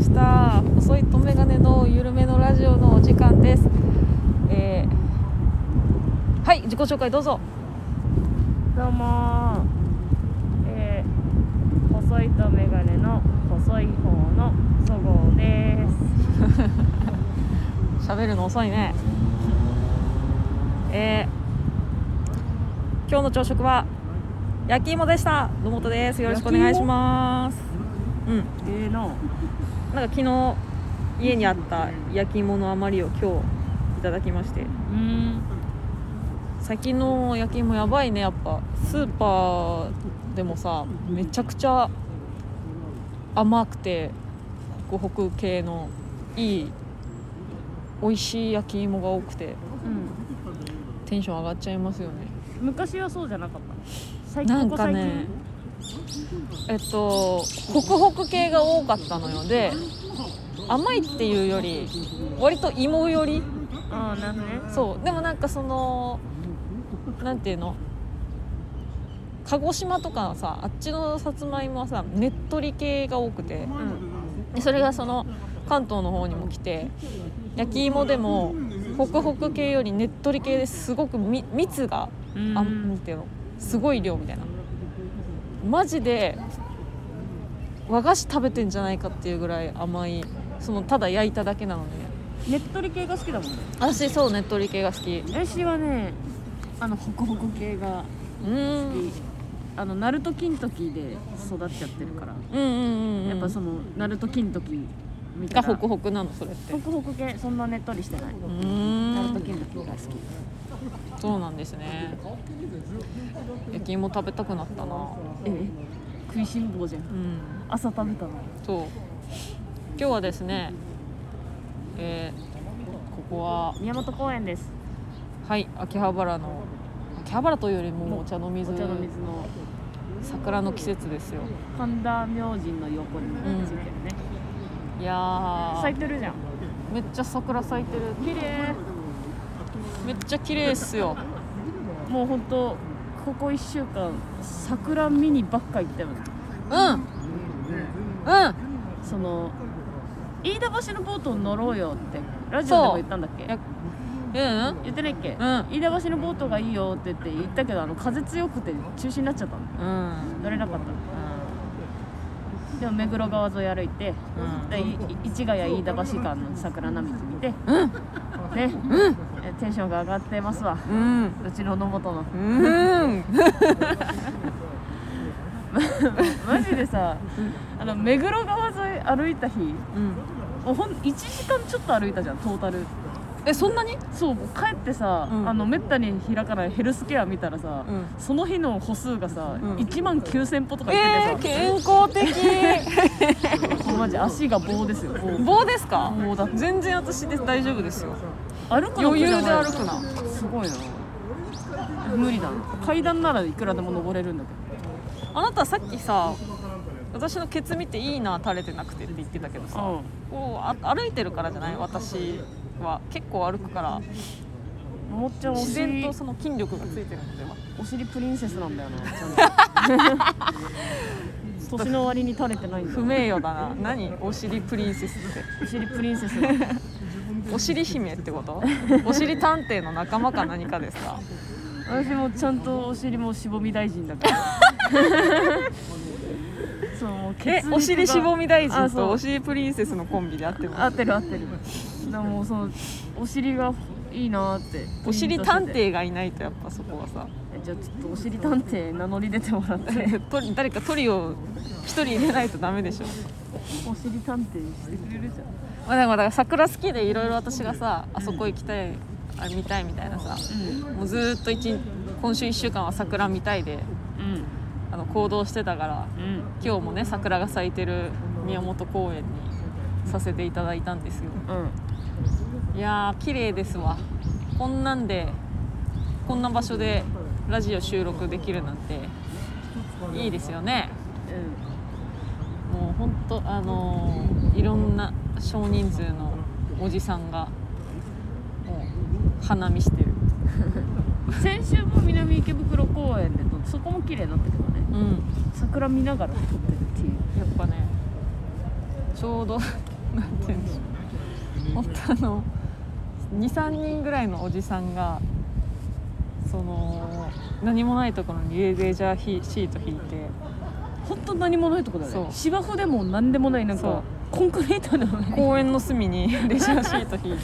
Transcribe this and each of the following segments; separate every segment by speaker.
Speaker 1: した細いとメガネのゆるめのラジオのお時間です、えーはい自己紹介どうぞ
Speaker 2: どうもー、えー、細いとメガネの細い方のそごうです。
Speaker 1: 喋るの遅いねえー今日の朝食は焼き芋でした野本ですよろしくお願いしますうん
Speaker 2: えー、の、
Speaker 1: なんか昨日家にあった焼き芋の余りを今日いただきまして
Speaker 2: うん、
Speaker 1: 先の焼き芋やばいねやっぱスーパーでもさめちゃくちゃ甘くて北北系のいい美味しい焼き芋が多くてテンション上がっちゃいますよね
Speaker 2: うん、昔はそうじゃなかったの。最近
Speaker 1: なん
Speaker 2: ここ
Speaker 1: か
Speaker 2: 最近、
Speaker 1: ねえっと北北系が多かったのよで甘いっていうより割と芋寄り
Speaker 2: ああ、なるほどね。
Speaker 1: そうでもなんかそのなんていうの鹿児島とかさあっちのさつまいもはさねっとり系が多くて
Speaker 2: うん、
Speaker 1: でそれがその関東の方にも来て焼き芋でもホクホク系よりねっとり系ですごくみ蜜が
Speaker 2: うん、
Speaker 1: あなんていうのすごい量みたいなマジで和菓子食べてんじゃないかっていうぐらい甘いそのただ焼いただけなので、ね、
Speaker 2: ねっとり系が好きだもんね。
Speaker 1: 私そうねっとり系が好き
Speaker 2: 私はね、あのホクホク系が
Speaker 1: う
Speaker 2: 好
Speaker 1: ん
Speaker 2: き。あのナルト金時で育っちゃってるから、
Speaker 1: うんうんうん、
Speaker 2: やっぱそ
Speaker 1: の
Speaker 2: のナルト金時みた
Speaker 1: が
Speaker 2: いな。
Speaker 1: ホクホクなのそれって
Speaker 2: ホクホク系そんなねっとりしてな
Speaker 1: う
Speaker 2: い。ナルト
Speaker 1: ーん
Speaker 2: 金時が好き。
Speaker 1: そうなんですね焼き芋食べたくなったな
Speaker 2: え食いしん坊じゃん
Speaker 1: うん
Speaker 2: 朝食べたの
Speaker 1: そう今日はですねえーここは
Speaker 2: 宮本公園です
Speaker 1: はい秋葉原の秋葉原というよりもお茶の水
Speaker 2: お茶の水の
Speaker 1: 桜の季節ですよ
Speaker 2: 神田明神の横についてるね、
Speaker 1: いや
Speaker 2: 咲い
Speaker 1: ー
Speaker 2: てるじゃん
Speaker 1: めっちゃ桜咲いてる
Speaker 2: 綺麗
Speaker 1: めっちゃ綺麗っすよ
Speaker 2: もうほんとここ1週間桜見にばっか行ったよね
Speaker 1: うんうん
Speaker 2: その飯田橋のボートに乗ろうよってラジオでも言ったんだっけ
Speaker 1: やうん
Speaker 2: 言ってないっけ、
Speaker 1: ん
Speaker 2: 飯田橋のボートがいいよって言って言ったけどあの風強くて中止になっちゃったの
Speaker 1: うん
Speaker 2: 乗れなかったのでも目黒川沿い歩いて
Speaker 1: うん
Speaker 2: でいい市ヶ谷飯田橋間の桜並木見て、
Speaker 1: うん
Speaker 2: ね、えテンションが上がってますわ
Speaker 1: うん
Speaker 2: うちの野本の
Speaker 1: うん
Speaker 2: マジでさあの目黒川沿い歩いた日
Speaker 1: うん
Speaker 2: もうほん1時間ちょっと歩いたじゃんトータル
Speaker 1: えそんなに
Speaker 2: そうもう帰ってさ、
Speaker 1: うん
Speaker 2: あのめったに開かないヘルスケア見たらさ、
Speaker 1: うん
Speaker 2: その日の歩数がさ、
Speaker 1: うん
Speaker 2: 1万9000歩とか
Speaker 1: え
Speaker 2: 行
Speaker 1: ー、
Speaker 2: ってて
Speaker 1: 健康的
Speaker 2: さ、もうマジ足が棒ですよ棒
Speaker 1: 棒ですか
Speaker 2: 棒だ
Speaker 1: 全然私で大丈夫ですよ
Speaker 2: 歩くの
Speaker 1: 余
Speaker 2: 苦じ
Speaker 1: 裕
Speaker 2: ゃ
Speaker 1: で
Speaker 2: ない
Speaker 1: 歩くな
Speaker 2: すごいな無理だな階段ならいくらでも登れるんだけど
Speaker 1: あなたさっきさ私のケツ見ていいな垂れてなくてって言ってたけどさ、
Speaker 2: うん
Speaker 1: こうあ歩いてるからじゃない私は結構歩くから
Speaker 2: もっちゃんお
Speaker 1: 自然
Speaker 2: 尻
Speaker 1: とその筋力がついてるのでは
Speaker 2: お尻プリンセスなんだよなちゃん と年の割に垂れてないんだ
Speaker 1: 不名誉だな 何お尻プリンセスって
Speaker 2: お尻プリンセス
Speaker 1: お尻姫ってことお尻探偵の仲間か何かですか
Speaker 2: 私もちゃんとお尻もしぼみ大臣だから そうもう血
Speaker 1: え
Speaker 2: 液が
Speaker 1: お尻しぼみ大
Speaker 2: あ
Speaker 1: 臣
Speaker 2: そう
Speaker 1: とお尻プリンセスのコンビであってます
Speaker 2: 合ってる合ってるでもそのお尻がいいなーって
Speaker 1: お尻探
Speaker 2: プリン
Speaker 1: 偵がいないとやっぱそこはさ
Speaker 2: としててえじゃあちょっとお尻探偵名乗り出てもらって
Speaker 1: トリ誰かトリを一人入れないとダメでしょ
Speaker 2: お尻探偵してくれるじゃん
Speaker 1: まあ、でもだから桜好きでいろいろ私がさあそこ行きたいあれ見たいみたいなさ
Speaker 2: う
Speaker 1: もうずーっと一日今週1週間は桜見たいで
Speaker 2: ん
Speaker 1: あの行動してたから
Speaker 2: うんうん
Speaker 1: 今日もね桜が咲いてる宮本公園にさせていただいたんですよ
Speaker 2: うん
Speaker 1: いやー綺麗ですわこんなんでこんな場所でラジオ収録できるなんていいですよねもうほんとあのーいろんな少人数のおじさんがもう花見してる
Speaker 2: うん先週も南池袋公園で撮ってそこも綺麗だったけどね
Speaker 1: うん
Speaker 2: 桜見ながら撮ってるっていう
Speaker 1: やっぱねちょうど なんて言うんでしょう本当あの23人ぐらいのおじさんがその何もないところにレジャーヒシート引いて
Speaker 2: 本当何もないとこだ
Speaker 1: そ
Speaker 2: ね
Speaker 1: う
Speaker 2: 芝生でも何でもないなん
Speaker 1: そう
Speaker 2: かコンクリートの上
Speaker 1: 公園の隅に レジャーシート引いて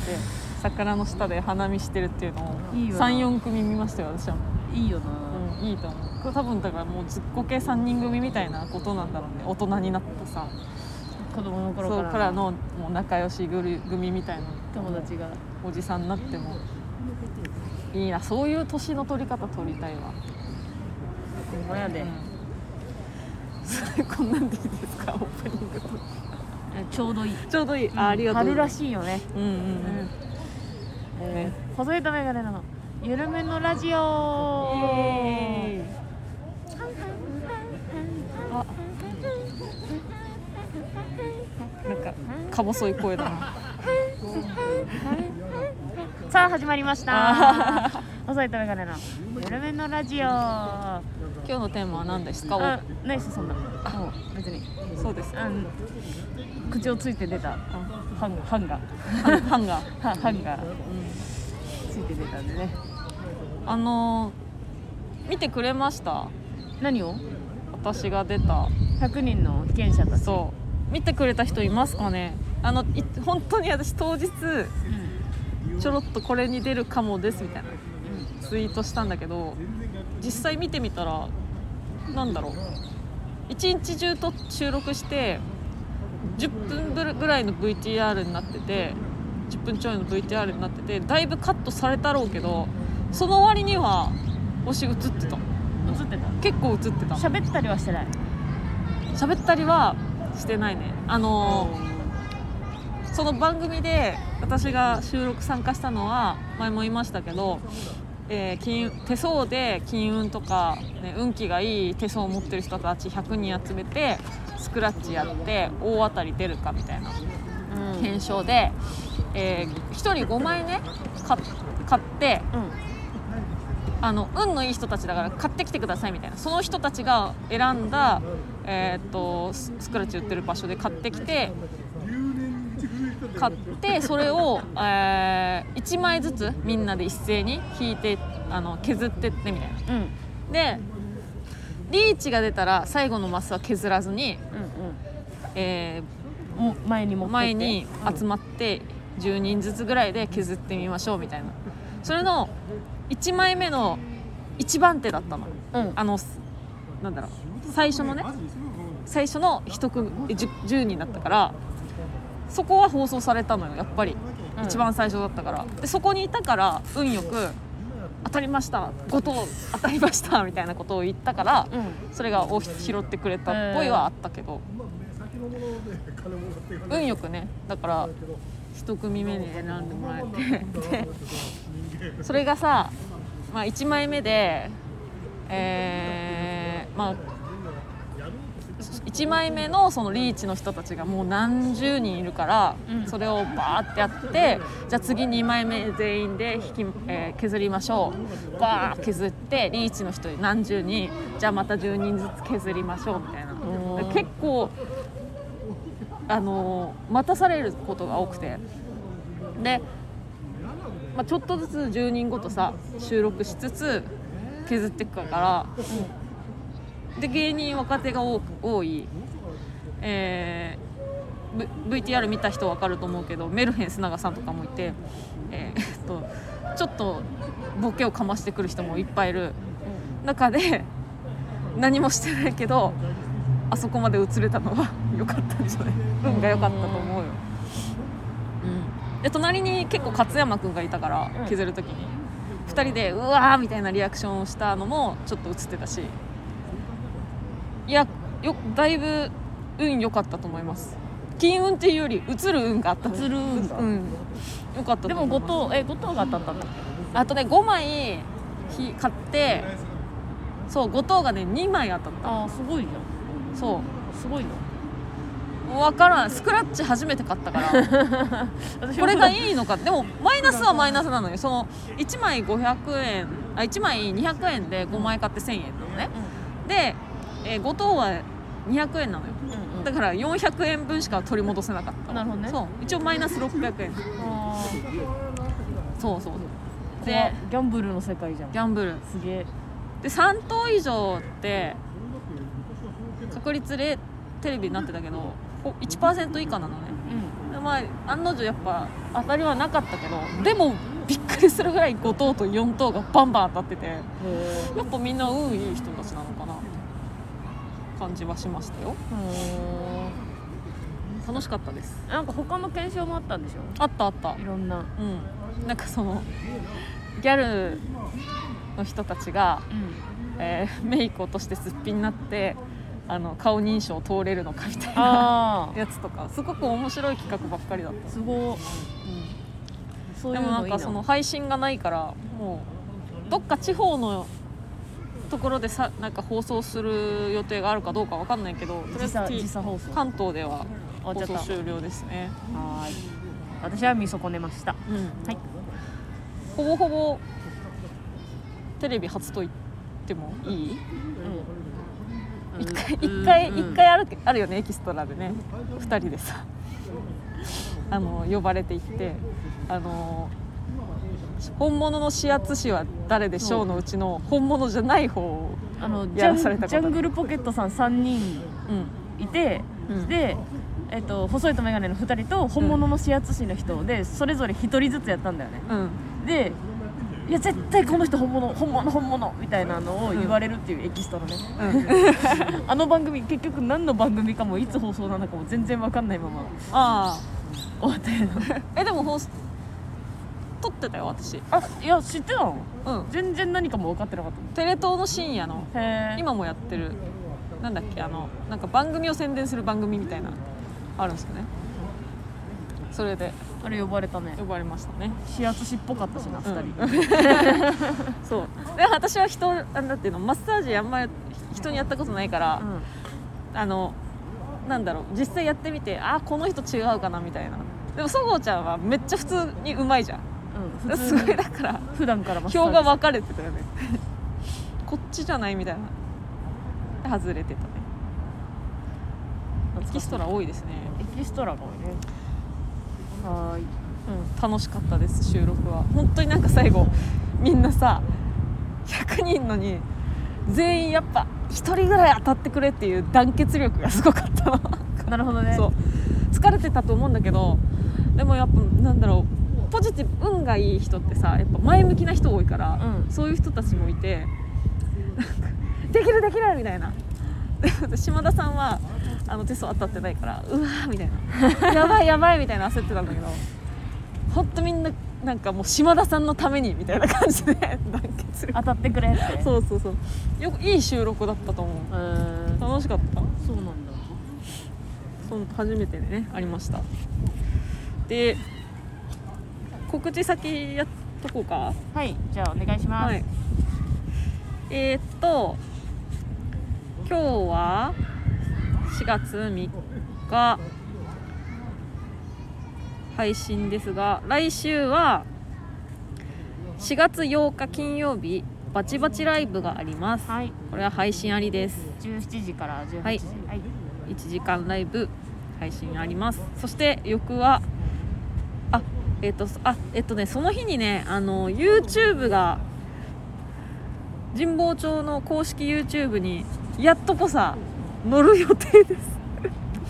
Speaker 1: 桜の下で花見してるっていうのを
Speaker 2: いいよな
Speaker 1: 34組見ましたよ私は、
Speaker 2: いいよな、
Speaker 1: うん、いいと思うこれ多分だからもうずっこけ3人組みたいなことなんだろうね大人になってさ
Speaker 2: 子供の頃
Speaker 1: そう
Speaker 2: か
Speaker 1: からら
Speaker 2: の
Speaker 1: のもう仲良しグル組みたいな
Speaker 2: 友達が
Speaker 1: おじさんになってもいいなそういう年の取り方取りたいわ、
Speaker 2: ほんまやで、
Speaker 1: うんそれこんなんでいいですかオープニングと
Speaker 2: えちょうどいい
Speaker 1: ちょうどいい、あありがとう
Speaker 3: 春ら
Speaker 1: い
Speaker 3: しいよね、
Speaker 1: うんうん
Speaker 3: う
Speaker 1: うん
Speaker 3: んえ
Speaker 1: ね
Speaker 3: ー細いとメガネの緩めのラジオ
Speaker 1: あなんかか細い声だな
Speaker 3: さあ始まりま した細いとメガネの緩めのラジオあ
Speaker 1: 今日のテーマは何ですか
Speaker 3: あないっすそんなもう別に
Speaker 1: おそうです
Speaker 3: あん口をついて出た
Speaker 1: あ
Speaker 3: ハンハンが
Speaker 1: ハンハンガー、
Speaker 3: ハハンが
Speaker 1: う
Speaker 3: ついて出たんでね
Speaker 1: ん、あのー見てくれました
Speaker 3: 何を
Speaker 1: 私が出た
Speaker 3: 100人の被験者たち
Speaker 1: そう見てくれた人いますかねあのい本当に私当日
Speaker 3: うん
Speaker 1: ちょろっとこれに出るかもですみたいな
Speaker 3: うん
Speaker 1: ツイートしたんだけど実際見てみたらなんだろう一日中と収録して10分ぐらいの VTR になってて10分ちょいの VTR になっててだいぶカットされたろうけどその割には星映ってた
Speaker 3: 映ってた
Speaker 1: 結構映ってた
Speaker 3: 喋ったりはしてない
Speaker 1: 喋ったりはしてないねあのーその番組で私が収録参加したのは前も言いましたけど、えー金手相で金運とか、ね、運気がいい手相を持ってる人たち100人集めてスクラッチやって大当たり出るかみたいな検証で、え1人5枚ねか買って
Speaker 3: うん
Speaker 1: あの運のいい人たちだから買ってきてくださいみたいなその人たちが選んだ、えーっとススクラッチ売ってる場所で買ってきて買ってそれを、え1枚ずつみんなで一斉に引いてあの削ってってみたいな
Speaker 3: うん
Speaker 1: でリーチが出たら最後のマスは削らずに、え
Speaker 3: うんうん前に
Speaker 1: ー
Speaker 3: 持ってって
Speaker 1: 前に集まって10人ずつぐらいで削ってみましょうみたいなそれの1枚目の1番手だったの。
Speaker 3: うんうん
Speaker 1: あのすなんだろう最初のね最初の1組え 10, 10人だったからそこは放送されたのよやっぱり、
Speaker 3: うん
Speaker 1: 一番最初だったからでそこにいたから運よく「当たりました後藤当たりました」みたいなことを言ったから
Speaker 3: うん
Speaker 1: それがお拾ってくれたっぽいはあったけど、運よくねだから1組目に選んでもらえてでそれがさ、まあ、1枚目でえーまあ1枚目のそのリーチの人たちがもう何十人いるから、
Speaker 3: うん
Speaker 1: それをバーってやってじゃあ次2枚目全員で引き、えー削りましょうバーッ削ってリーチの人何十人じゃあまた10人ずつ削りましょうみたいな
Speaker 3: うん
Speaker 1: 結構あのー待たされることが多くてで、まあ、ちょっとずつ10人ごとさ収録しつつ削っていくから、で芸人若手が多く多い、えー V- VTR 見た人分かると思うけどメルヘン須永さんとかもいて、えーえっとちょっとボケをかましてくる人もいっぱいいる中で何もしてないけどあそこまで映れたのは 良かったんじゃない運が良かったと思うよ。うん、で隣に結構勝山君がいたから
Speaker 3: うん
Speaker 1: 削る時に2人で「うわ!」みたいなリアクションをしたのもちょっと映ってたしいやよだいぶ運良かったと思います金運っていうより映る運があった
Speaker 3: 映る運だ
Speaker 1: うん良かった
Speaker 3: で
Speaker 1: と
Speaker 3: も
Speaker 1: 思う
Speaker 3: 後藤え後藤が当たったんだ
Speaker 1: あとね5枚ひ買ってそう後藤がね2枚当たっ
Speaker 3: ああすごいじゃ
Speaker 1: たそうん
Speaker 3: すごいな
Speaker 1: 分からんスクラッチ初めて買ったから
Speaker 3: 私
Speaker 1: これがいいのかでもマイナスはマイナスなのよその1枚500円あ1枚200円で5枚買って1000円なのねで、えー、5等は200円なのよ
Speaker 3: うんうん
Speaker 1: だから400円分しか取り戻せなかった
Speaker 2: なるほどね
Speaker 1: そう一応マイナス600円
Speaker 2: あ
Speaker 1: そうそう
Speaker 2: ー
Speaker 1: で
Speaker 2: でギャンブルの世界じゃん
Speaker 1: ギャンブル
Speaker 2: すげえ
Speaker 1: で3等以上って確率0テレビになってたけどほ1%以下なのね
Speaker 2: うん
Speaker 1: でまあ案の定やっぱ当たりはなかったけどでもびっくりするぐらい5等と4等がバンバン当たっててやっぱみんな運いい人たちなのかな感じはしましたよ楽しかったです
Speaker 2: なんか他の検証もあったんでしょ
Speaker 1: あったあった
Speaker 2: いろんな
Speaker 1: うんなんかそのギャルの人たちが、
Speaker 2: うん
Speaker 1: えーメイク落としてすっぴんになってあの顔認証通れるのかみたいな
Speaker 2: あ
Speaker 1: やつとかすごく面白い企画ばっかりだった
Speaker 2: あすごいそう
Speaker 1: で
Speaker 2: いう
Speaker 1: もな
Speaker 2: の
Speaker 1: ん
Speaker 2: いい
Speaker 1: か
Speaker 2: な
Speaker 1: その配信がないからもうどっか地方のところでさなんか放送する予定があるかどうかわかんないけどとり
Speaker 2: 時
Speaker 1: あ
Speaker 2: 差
Speaker 1: え
Speaker 2: 時
Speaker 1: ず
Speaker 2: 差放送
Speaker 1: 関東では放
Speaker 2: 終
Speaker 1: 送
Speaker 2: わっちゃった
Speaker 1: 終了ですね、
Speaker 2: はーい私は見損ねました
Speaker 1: うん
Speaker 2: はい
Speaker 1: ほぼほぼテレビ初と言ってもいい
Speaker 2: うん
Speaker 1: 一回
Speaker 2: うん
Speaker 1: 一回
Speaker 2: うん
Speaker 1: 一回あるあるよねエキストラでね2人でさあの呼ばれていってあの本物の指圧師は誰でしょうのうちの本物じゃない方を、
Speaker 2: あのジ
Speaker 1: や
Speaker 2: ャ
Speaker 1: ら
Speaker 2: ン
Speaker 1: されたこと
Speaker 2: ジャングルポケットさん3人
Speaker 1: うん、
Speaker 2: いて、
Speaker 1: うん
Speaker 2: で、えっと、細いと眼鏡の2人と本物の指圧師の人でそれぞれ1人ずつやったんだよね
Speaker 1: うん、
Speaker 2: でいや絶対この人本物本物本物みたいなのを言われるっていうエキストラね、 あの番組結局何の番組かもいつ放送なのかも全然わかんないまま
Speaker 1: あ
Speaker 2: 終わったよな
Speaker 1: あえでも放送撮ってたよ私
Speaker 2: あいや知ってたの
Speaker 1: うん
Speaker 2: 全然何かも分かってなかっ
Speaker 1: テレ東の深夜の
Speaker 2: たへえ
Speaker 1: 今もやってるなんだっけあのなんか番組を宣伝する番組みたいなあるんですよねそれで
Speaker 2: あれ呼ばれたね
Speaker 1: 呼ばれましたね
Speaker 2: 指圧師っぽかったしな2人、
Speaker 1: そうで私は人あなんていうのマッサージあんまり人にやったことないから、
Speaker 2: うん
Speaker 1: あのなんだろう実際やってみてあーこの人違うかなみたいなでもそごうちゃんはめっちゃ普通にうまいじゃん
Speaker 2: うん普
Speaker 1: す
Speaker 2: 通
Speaker 1: ご
Speaker 2: に
Speaker 1: いだから
Speaker 2: 普段からマッサージ
Speaker 1: 表が分かれてたよねこっちじゃないみたいな外れてたねエ
Speaker 2: 懐か
Speaker 1: キ
Speaker 2: し
Speaker 1: ス
Speaker 2: い
Speaker 1: トラ多いですね、
Speaker 2: エキストラが多いねはー
Speaker 1: う
Speaker 2: い
Speaker 1: ん、楽しかったです収録は本当になんか最後みんなさ100人のに全員やっぱ1人ぐらい当たってくれっていう団結力がすごかったの
Speaker 2: なるほどね
Speaker 1: そう疲れてたと思うんだけどでもやっぱなんだろうポジティブ運がいい人ってさやっぱ前向きな人多いから、
Speaker 2: うん
Speaker 1: そういう人たちもいてなんかできるできるみたいなで島田さんはあのテスト当たってないからうわーみたいなやばいやばいみたいな焦ってたんだけ どほんとみんななんかもう島田さんのためにみたいな感じで 団結する
Speaker 2: 当たってくれってう
Speaker 1: そうそうそうよくいい収録だったと思
Speaker 2: うー
Speaker 1: うん楽しかった
Speaker 2: そうなんだ
Speaker 1: そう初めてでねありましたで告知先やっとこうか
Speaker 2: はいじゃあお願いします、
Speaker 1: はいえー、っと今日は4月3日配信ですが来週は4月8日金曜日バチバチライブがあります、
Speaker 2: はい
Speaker 1: これは配信ありです
Speaker 2: 17時から18時
Speaker 1: はい
Speaker 2: はい、
Speaker 1: 1時間ライブ配信ありますそして翌はあえっ、とあえっ、とねその日にねあの YouTube が神保町の公式 YouTube にやっとこさ乗る予定です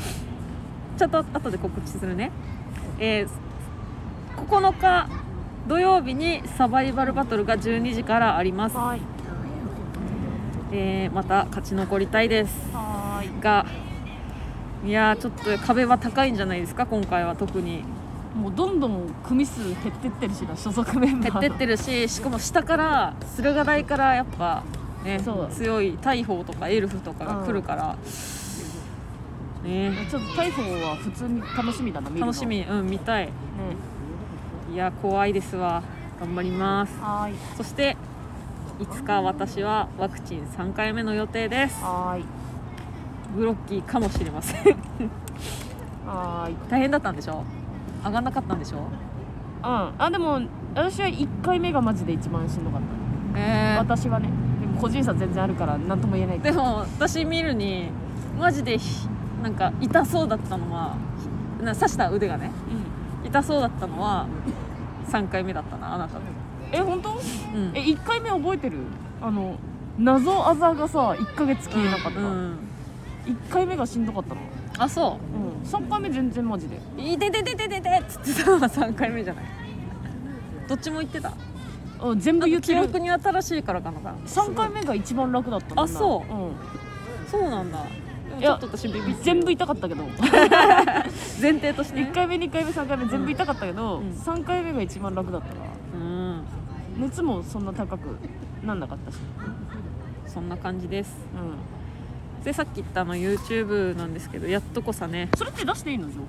Speaker 1: ちょっと後で告知するねえー9日土曜日にサバイバルバトルが12時からあります、
Speaker 2: はい
Speaker 1: えーまた勝ち残りたいです
Speaker 2: はーい
Speaker 1: がいやーちょっと壁は高いんじゃないですか今回は特に
Speaker 2: もうどんどん組数減ってってるしな所属メンバ
Speaker 1: 減
Speaker 2: ー
Speaker 1: ってってる ししかも下から駿河台からやっぱね
Speaker 2: そう
Speaker 1: 強い大砲とかエルフとかが来るから、ね
Speaker 2: ちょっと逮捕は普通に楽しみだな見るの
Speaker 1: 楽し
Speaker 2: ね
Speaker 1: みうん見たいいやー怖いですわ頑張ります
Speaker 2: はーい
Speaker 1: そしていつか私はワクチン3回目の予定です
Speaker 2: はーい
Speaker 1: グロッキーかもしれません
Speaker 2: はーい
Speaker 1: 大変だったんでしょ上がんなかったんでしょ
Speaker 2: うんあでも私は1回目がマジで一番しんどかった
Speaker 1: えー、
Speaker 2: 私はねでも個人差全然あるから何とも言えないけ
Speaker 1: で
Speaker 2: ど
Speaker 1: も私見るにマジでひなんか痛そうだったのはな刺した腕がね痛そうだったのは3回目だったなあなたの、
Speaker 2: え本当
Speaker 1: うん、
Speaker 2: え一1回目覚えてるあの謎あざがさ1ヶ月消えなかった、
Speaker 1: うん
Speaker 2: 一1回目がしんどかったの、
Speaker 1: あそう
Speaker 2: うん、3回目全然マジで
Speaker 1: 「いてててててて」っつってたのは3回目じゃないどっちも言ってた
Speaker 2: あ全部言って
Speaker 1: 記
Speaker 2: る
Speaker 1: 憶に新しいからかな
Speaker 2: 3回目が一番楽だったもんな
Speaker 1: あそ
Speaker 2: う
Speaker 1: そ
Speaker 2: ん
Speaker 1: うなんだでも
Speaker 2: い
Speaker 1: ちょ
Speaker 2: や
Speaker 1: っと私ビビって
Speaker 2: 全部痛かったけど
Speaker 1: 前提として、ね、
Speaker 2: 1回目2回目3回目全部痛かったけど、
Speaker 1: うん
Speaker 2: 3回目が一番楽だったから
Speaker 1: うん
Speaker 2: 熱もそんな高くなんなかったし、
Speaker 1: そんな感じです
Speaker 2: うん、
Speaker 1: でさっき言ったあの YouTube なんですけどやっとこさね
Speaker 2: それって出していいの情報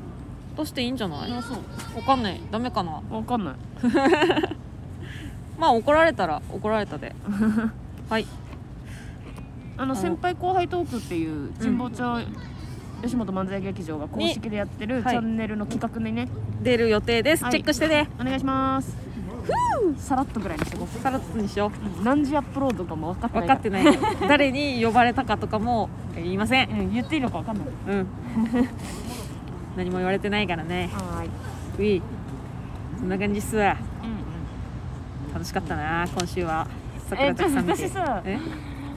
Speaker 1: どうしていいんじゃない
Speaker 2: あ
Speaker 1: わ
Speaker 2: そう
Speaker 1: かんないダメかな
Speaker 2: わかんない
Speaker 1: まあ怒られたら怒られた ではい
Speaker 2: あの
Speaker 1: の
Speaker 2: 先輩後輩トークっていう神保町吉本漫才劇場が公式でやってる
Speaker 1: に
Speaker 2: チ
Speaker 1: はい
Speaker 2: ャンネルの企画にね、
Speaker 1: 出る予定です、
Speaker 2: はい
Speaker 1: チェックしてね
Speaker 2: お願いしますさらっとぐらいにしてこ
Speaker 1: さらっとにしよ
Speaker 2: ううん何時アップロードかも分かっ
Speaker 1: う
Speaker 2: てな
Speaker 1: 分
Speaker 2: い
Speaker 1: かっ
Speaker 2: か
Speaker 1: てない誰に呼ばれたかとかもえー言いません
Speaker 2: らうん、言っていいのか分かんない
Speaker 1: うん 何も言われてないからね
Speaker 2: はーい、
Speaker 1: ういそんな感じっすわ
Speaker 2: うんうん、
Speaker 1: 楽しかったな今週は
Speaker 2: え
Speaker 1: 桜
Speaker 2: ーちょ
Speaker 1: たく
Speaker 2: っ
Speaker 1: さん
Speaker 2: と
Speaker 1: 見て
Speaker 2: 私さ
Speaker 1: え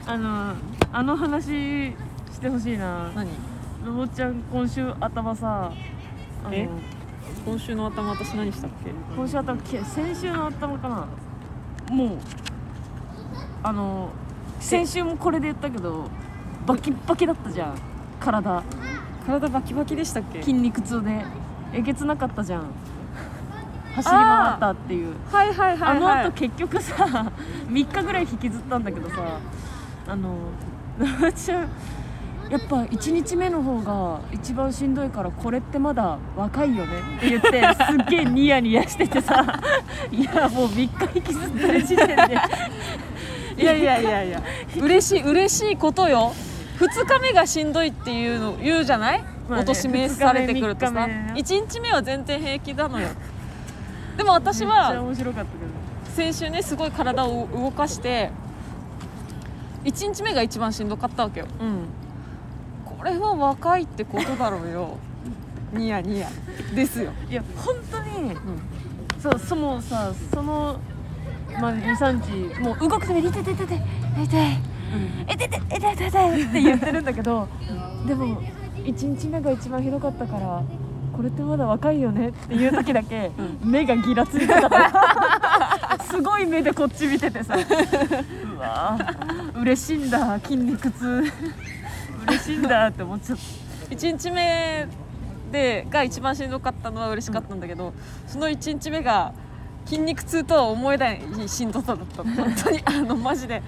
Speaker 2: あのあの話してほしいな
Speaker 1: 何
Speaker 2: ロボちゃん今週頭さあ
Speaker 1: え
Speaker 2: の
Speaker 1: 今週の頭私何したっけ
Speaker 2: 今週頭け先週の頭かなもうあの先週もこれで言ったけどバキッバキだったじゃん体
Speaker 1: 体バキバキでしたっけ
Speaker 2: 筋肉痛でえげつなかったじゃん走り回ったっていう
Speaker 1: はいはいは
Speaker 2: あ
Speaker 1: い、はい、
Speaker 2: の後結局さ3日ぐ らい引きずったんだけどさあの ラちゃんやっぱ1日目の方が一番しんどいからこれってまだ若いよねって言って すっげえニヤニヤしててさいやもう3日引きずってる時点で
Speaker 1: いやいやいやいや嬉しい嬉しいことよ2日目がしんどいっていうの言うじゃない、
Speaker 2: まあね
Speaker 1: おとしめされてくるとさ
Speaker 2: 二日目三日目ね
Speaker 1: 1日目は全然平気な のよでも私
Speaker 2: めっちゃ
Speaker 1: は
Speaker 2: 面白かった
Speaker 1: 先週ねすごい体を動かして1日目が一番しんどかったわけよ
Speaker 2: けどうん
Speaker 1: これは若いってことだろうよニヤニヤですよ、
Speaker 2: いや本当
Speaker 1: う
Speaker 2: に
Speaker 1: ん
Speaker 2: そうそもさその、まあ、23日もう動くたびに「痛い痛い痛い痛い痛い」えててえてててって言ってるんだけどでも1日目が一番ひどかったからこれってまだ若いよねっていう時だけ目がギラついてたから すごい目でこっち見てて さうわー嬉しいんだ筋肉痛 嬉しいんだって思っちゃっ
Speaker 1: 1日目でが一番しんどかったのは嬉しかったんだけど、その1日目が筋肉痛とは思えないしんどさだったの本当にあのマジで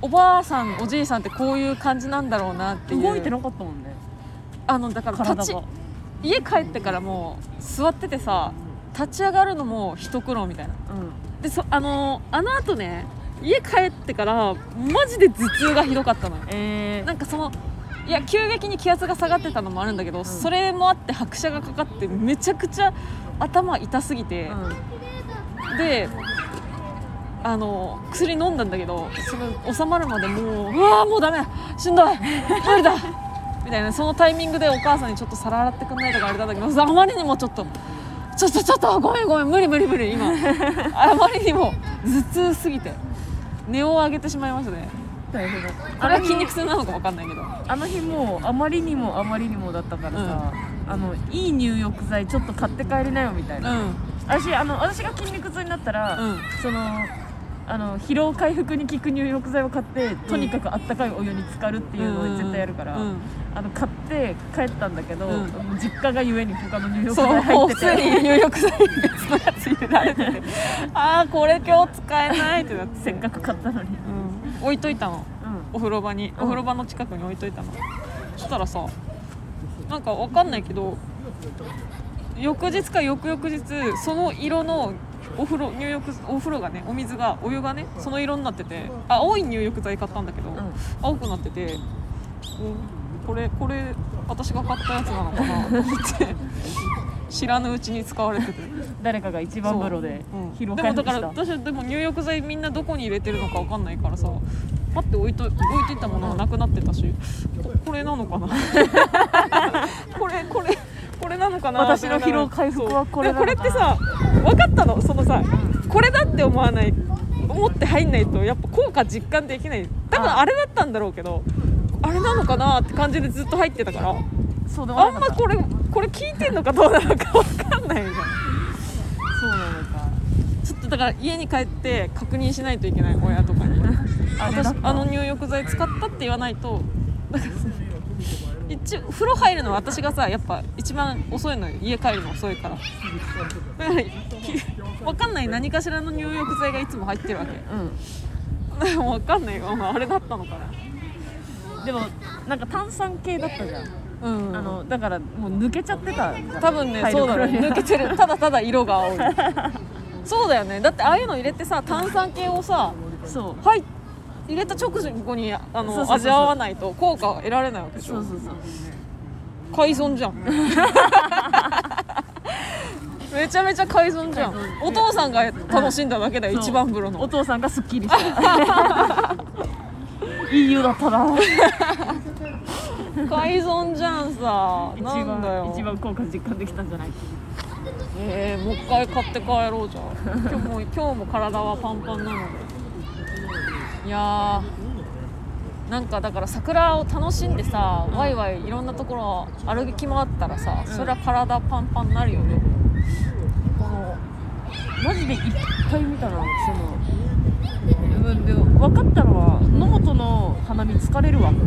Speaker 1: おばあさんおじいさんってこういう感じなんだろうなって
Speaker 2: て
Speaker 1: いう
Speaker 2: 動いてなかったもんね
Speaker 1: あのだから立
Speaker 2: 体
Speaker 1: ち
Speaker 2: が
Speaker 1: 家帰ってからもう座っててさ立ち上がるのも一苦労みたいなでそあのあのあとね家帰ってからマジで頭痛がひどかったのよ
Speaker 2: え
Speaker 1: なんかそのいや急激に気圧が下がってたのもあるんだけど、それもあって拍車がかかってめちゃくちゃ頭痛すぎて、であの薬飲んだんだけどその収まるまでもううわーもうダメしんどい無理だみたいなそのタイミングでお母さんにちょっと皿洗ってくんないとかあれだったけどあまりにもちょっと。ちょっとちょっとごめんごめん無理無理無理今あまりにも頭痛すぎて根を上げてしまいましたね
Speaker 2: 大変だ
Speaker 1: あれは筋肉痛なのかわかんないけど
Speaker 2: あの日もうあまりにもあまりにもだったからさ、あのいい入浴剤ちょっと買って帰りなよみたいな、
Speaker 1: うん
Speaker 2: 私あの私が筋肉痛になったら、
Speaker 1: うん
Speaker 2: そのあの疲労回復に効く入浴剤を買って、とにかくあったかいお湯に浸かるっていうのを絶対やるから、
Speaker 1: うん
Speaker 2: あの買って帰ったんだけど、
Speaker 1: うん
Speaker 2: もう実家がゆえに他の入浴
Speaker 1: そう
Speaker 2: 剤
Speaker 1: も
Speaker 2: 入
Speaker 1: う
Speaker 2: って
Speaker 1: 普通に
Speaker 2: て
Speaker 1: 入浴剤に別のやつ入れられてて ああこれ今日使えないってなって
Speaker 2: せっかく買ったのに、うん
Speaker 1: うん置いといたのお風呂場に、お風呂場の近くに置いといたのそしたらさなんかわかんないけど翌日か翌々日その色のお風呂入浴お風呂がねお水がお湯がねその色になっててあ青い入浴剤買ったんだけど、
Speaker 2: ん
Speaker 1: 青くなってておこれこれ私が買ったやつなのかなと思って知らぬうちに使われてて
Speaker 2: 誰かが一番風呂で
Speaker 1: うん
Speaker 2: 疲労
Speaker 1: でもだ
Speaker 2: 回復
Speaker 1: か
Speaker 2: し
Speaker 1: ら
Speaker 2: た、
Speaker 1: 私はでも入浴剤みんなどこに入れてるのかわかんないからさパッて置いと置いてったものがなくなってたしここれなのか なこれこれこれなのかな
Speaker 2: 私の疲労回復はこれな
Speaker 1: そう
Speaker 2: の
Speaker 1: で
Speaker 2: か
Speaker 1: も
Speaker 2: な
Speaker 1: これってさ分かったのそのさこれだって思わない思って入んないとやっぱ効果実感できない多分
Speaker 2: あ
Speaker 1: あれだったんだろうけどあれなのかなって感じでずっと入ってたから
Speaker 2: そうでも
Speaker 1: あ
Speaker 2: なんか
Speaker 1: ま
Speaker 2: った
Speaker 1: これこれ聞いてんのかどうなのか分かんないみたいな。
Speaker 2: そうなのか
Speaker 1: ちょっとだから家に帰って確認しないといけない親とかに
Speaker 2: あれだ
Speaker 1: 私
Speaker 2: った
Speaker 1: あの入浴剤使ったって言わないとだからさ一応風呂入るのは私がさやっぱ一番遅いのよ家帰るの遅いからだからき分かんない何かしらの入浴剤がいつも入ってるわけ
Speaker 2: うん
Speaker 1: 分かんないよまああれだったのか
Speaker 2: でもなんか炭酸系だったじゃん、
Speaker 1: なうん
Speaker 2: あのだからもう抜けちゃってたじゃん
Speaker 1: 多分ね
Speaker 2: 体
Speaker 1: そう
Speaker 2: 力
Speaker 1: だね 抜けてるただただ色が 青いそうだよねだってああいうの入れてさ炭酸系をさ
Speaker 2: そう
Speaker 1: はい入れた直後にあの
Speaker 2: そうそうそう
Speaker 1: 味合わないと効果は得られないわけでしょ
Speaker 2: そうそうそう
Speaker 1: 改造 じゃんめちゃめちゃ改造じゃんお父さんが楽しんだだけだよ
Speaker 2: そう
Speaker 1: 一番風呂の
Speaker 2: お父さんがすっきりした いい湯だったな
Speaker 1: 改造じゃんさ
Speaker 2: 一
Speaker 1: なんだ
Speaker 2: 番
Speaker 1: よ
Speaker 2: 一番効果実感できたんじゃない
Speaker 1: えー、もう一回買って帰ろうじゃん今日も今日も体はパンパンなのでいやーなんかだから桜を楽しんでさ、ワイワイいろんなところ歩き回ったらさ、それは体パンパンになるよね
Speaker 2: このマジでいっぱい見たなそのうんで分かったのは野本の花見疲れるわ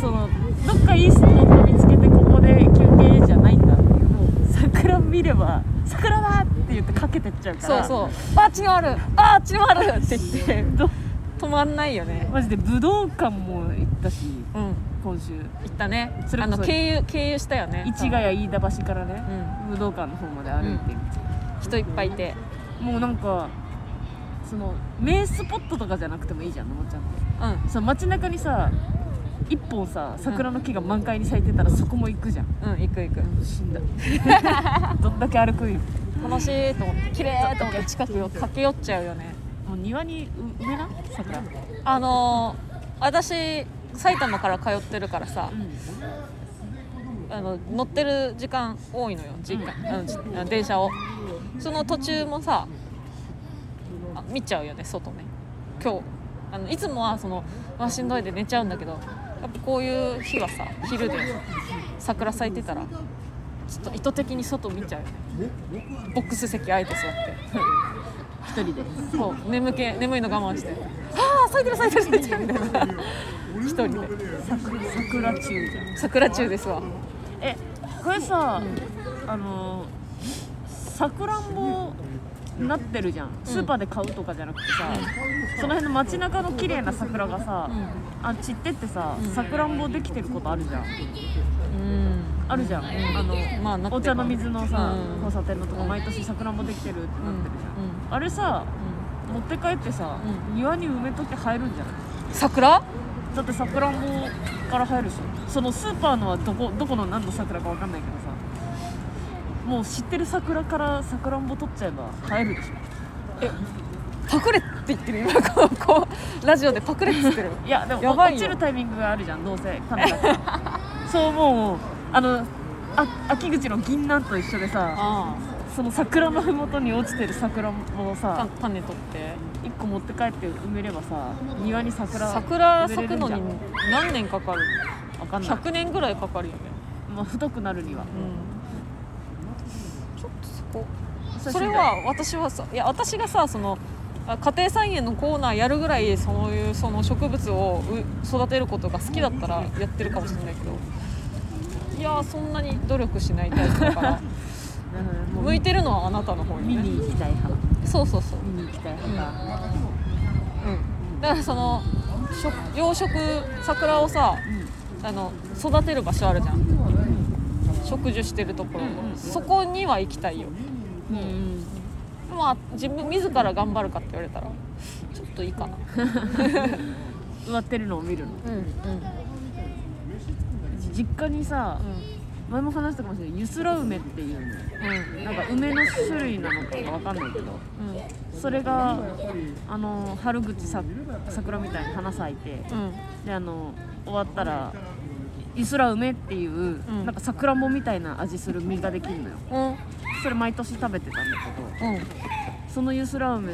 Speaker 2: そのどっかいいスポット見つけてここで休憩じゃないんだっていうもう桜見れば桜だって言ってかけてっちゃうか
Speaker 1: そ
Speaker 2: ら
Speaker 1: うそうあっちにもあるあっちにもあるって言って
Speaker 2: ど
Speaker 1: 止まんないよね
Speaker 2: マジで武道館も行ったし
Speaker 1: うん行
Speaker 2: 今週
Speaker 1: ったね
Speaker 2: それ
Speaker 1: あ
Speaker 2: こそ
Speaker 1: の経由経由したよね
Speaker 2: 市ヶ谷飯田橋からね
Speaker 1: うん
Speaker 2: 武道館の方まで歩いてみて、
Speaker 1: 人いっぱいいて
Speaker 2: もうなんかその名スポットとかじゃなくてもいいじゃんのもちゃんって
Speaker 1: うん
Speaker 2: その街中にさ一本さ桜の木が満開に咲いてたらそこも行くじゃん
Speaker 1: うん行く行く
Speaker 2: 死んだ どんだけ歩くんよ
Speaker 1: 楽しいと思って綺麗と思って近くを駆け寄っちゃうよね
Speaker 2: もう庭にう埋めな桜うん
Speaker 1: あのー私埼玉から通ってるからさあの乗ってる時間多いのよ実家、あのじあの電車をその途中もさあ見ちゃうよね外ね今日あのいつもはそのあしんどいで寝ちゃうんだけどやっぱこういう日はさ昼で桜咲いてたらちょっと意図的に外見ちゃうよねボックス席あえて座って
Speaker 2: 一人で
Speaker 1: そう眠気眠いの我慢して「ああ咲いてる咲いてる咲いてる」みたいな一人で
Speaker 2: 桜中じゃん
Speaker 1: 桜中ですわ
Speaker 2: えこれさ、あのさくらんぼなってるじゃんスーパーで買うとかじゃなくてさ、その辺の街中の綺麗な桜がさ、あ散ってってささくらんぼできてることあるじゃん
Speaker 1: うん
Speaker 2: あるじゃん、あの
Speaker 1: まあなってる
Speaker 2: お茶の水のさ、
Speaker 1: うん
Speaker 2: 交差点のとこ毎年さくらんぼできてるって
Speaker 1: う
Speaker 2: なんってるじゃん、あれさ持って帰ってさ、
Speaker 1: う
Speaker 2: 庭に埋めとって入るんじゃない
Speaker 1: うん桜
Speaker 2: だってさくらんぼから入るでしょそのスーパーのはどこどこの何の桜かわかんないけどさもう知ってる桜からさくらんぼ取っちゃえば入るでしょ
Speaker 1: パクレって言ってる今こうこうラジオでパクレって言ってる
Speaker 2: いやでも
Speaker 1: やばいよ
Speaker 2: 落ちるタイミングがあるじゃんどうせ種だから そうもうあのあ秋口の銀杏と一緒でさ
Speaker 1: あ
Speaker 2: その桜のふもとに落ちてるさくらんぼを
Speaker 1: あ
Speaker 2: さ
Speaker 1: 種取って
Speaker 2: 一個持って帰って埋めればさ庭に桜
Speaker 1: 桜
Speaker 2: 植え
Speaker 1: 咲
Speaker 2: れる
Speaker 1: く
Speaker 2: んじゃ
Speaker 1: の
Speaker 2: ん
Speaker 1: に何年かかる
Speaker 2: わかんない
Speaker 1: 100年ぐらいかかるよね
Speaker 2: まあ、太くなるには
Speaker 1: ちょっとそこそれは私はさいや私がさそのあ家庭菜園のコーナーやるぐらいそういうその植物をう育てることが好きだったらやってるかもしれないけどいやーそんなに努力しないタイプだから
Speaker 2: うんもう
Speaker 1: 向いてるのはあなたの方に、
Speaker 2: 見
Speaker 1: ね、
Speaker 2: に行きたい派
Speaker 1: そうそうそう、
Speaker 2: 見に行きたい派か、
Speaker 1: うん、だからその食養殖桜をさあの育てる場所あるじゃん植樹してるところ、
Speaker 2: うんうん
Speaker 1: そこには行きたいよ
Speaker 2: うんうん、
Speaker 1: まあ自分自ら頑張るかって言われたらちょっといいかな
Speaker 2: 植わってるのを見るの
Speaker 1: うんうん
Speaker 2: 実家にさ、前も話したかもしれないゆすら梅っていうのなんか梅の種類なのかがわかんないけど
Speaker 1: うん
Speaker 2: それがあの春口さ桜みたいに花咲いて
Speaker 1: うん
Speaker 2: であの終わったらゆすら梅っていう、
Speaker 1: ん
Speaker 2: なんかさくらんぼみたいな味する実ができるのよ
Speaker 1: うん
Speaker 2: それ毎年食べてたんだけど
Speaker 1: うん
Speaker 2: そのゆすら梅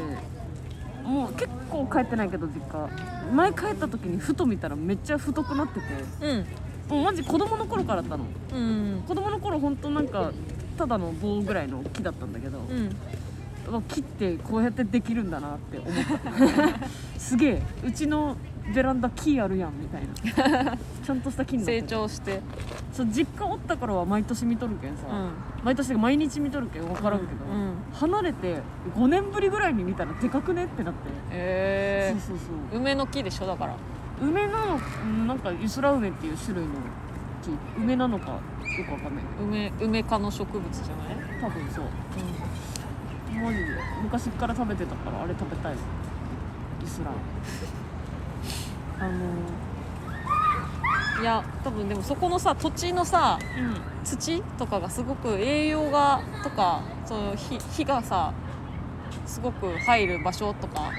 Speaker 2: もう結構帰ってないけど実家前帰った時にふと見たらめっちゃ太くなってて
Speaker 1: うん
Speaker 2: もうマジ子供の頃からだったの
Speaker 1: うん
Speaker 2: 子供の頃本当なんかただの棒ぐらいの木だったんだけど、
Speaker 1: うん
Speaker 2: うわ木ってこうやってできるんだなって思ったすげえうちのベランダ木あるやんみたいな ちゃんとした木になって
Speaker 1: 成
Speaker 2: る
Speaker 1: 長して
Speaker 2: そう実家おった頃は毎年見とるけんさ、
Speaker 1: うん
Speaker 2: 毎年てか毎日見とるけん分からんけど、
Speaker 1: うん
Speaker 2: 離れて5年ぶりぐらいに見たらでかくねってなって、
Speaker 1: え
Speaker 2: そうそう
Speaker 1: え梅の木でしょだから
Speaker 2: そう梅なのうんなんかゆすら梅っていう種類の木梅なのかよくわかんないけ
Speaker 1: 梅梅科の植物じゃない
Speaker 2: ど多分そうマジで昔っから食べてたからあれ食べたいイスラムあの
Speaker 1: いや多分でもそこのさ土地のさ土とかがすごく栄養がとかその火火がさすごく入る場所とか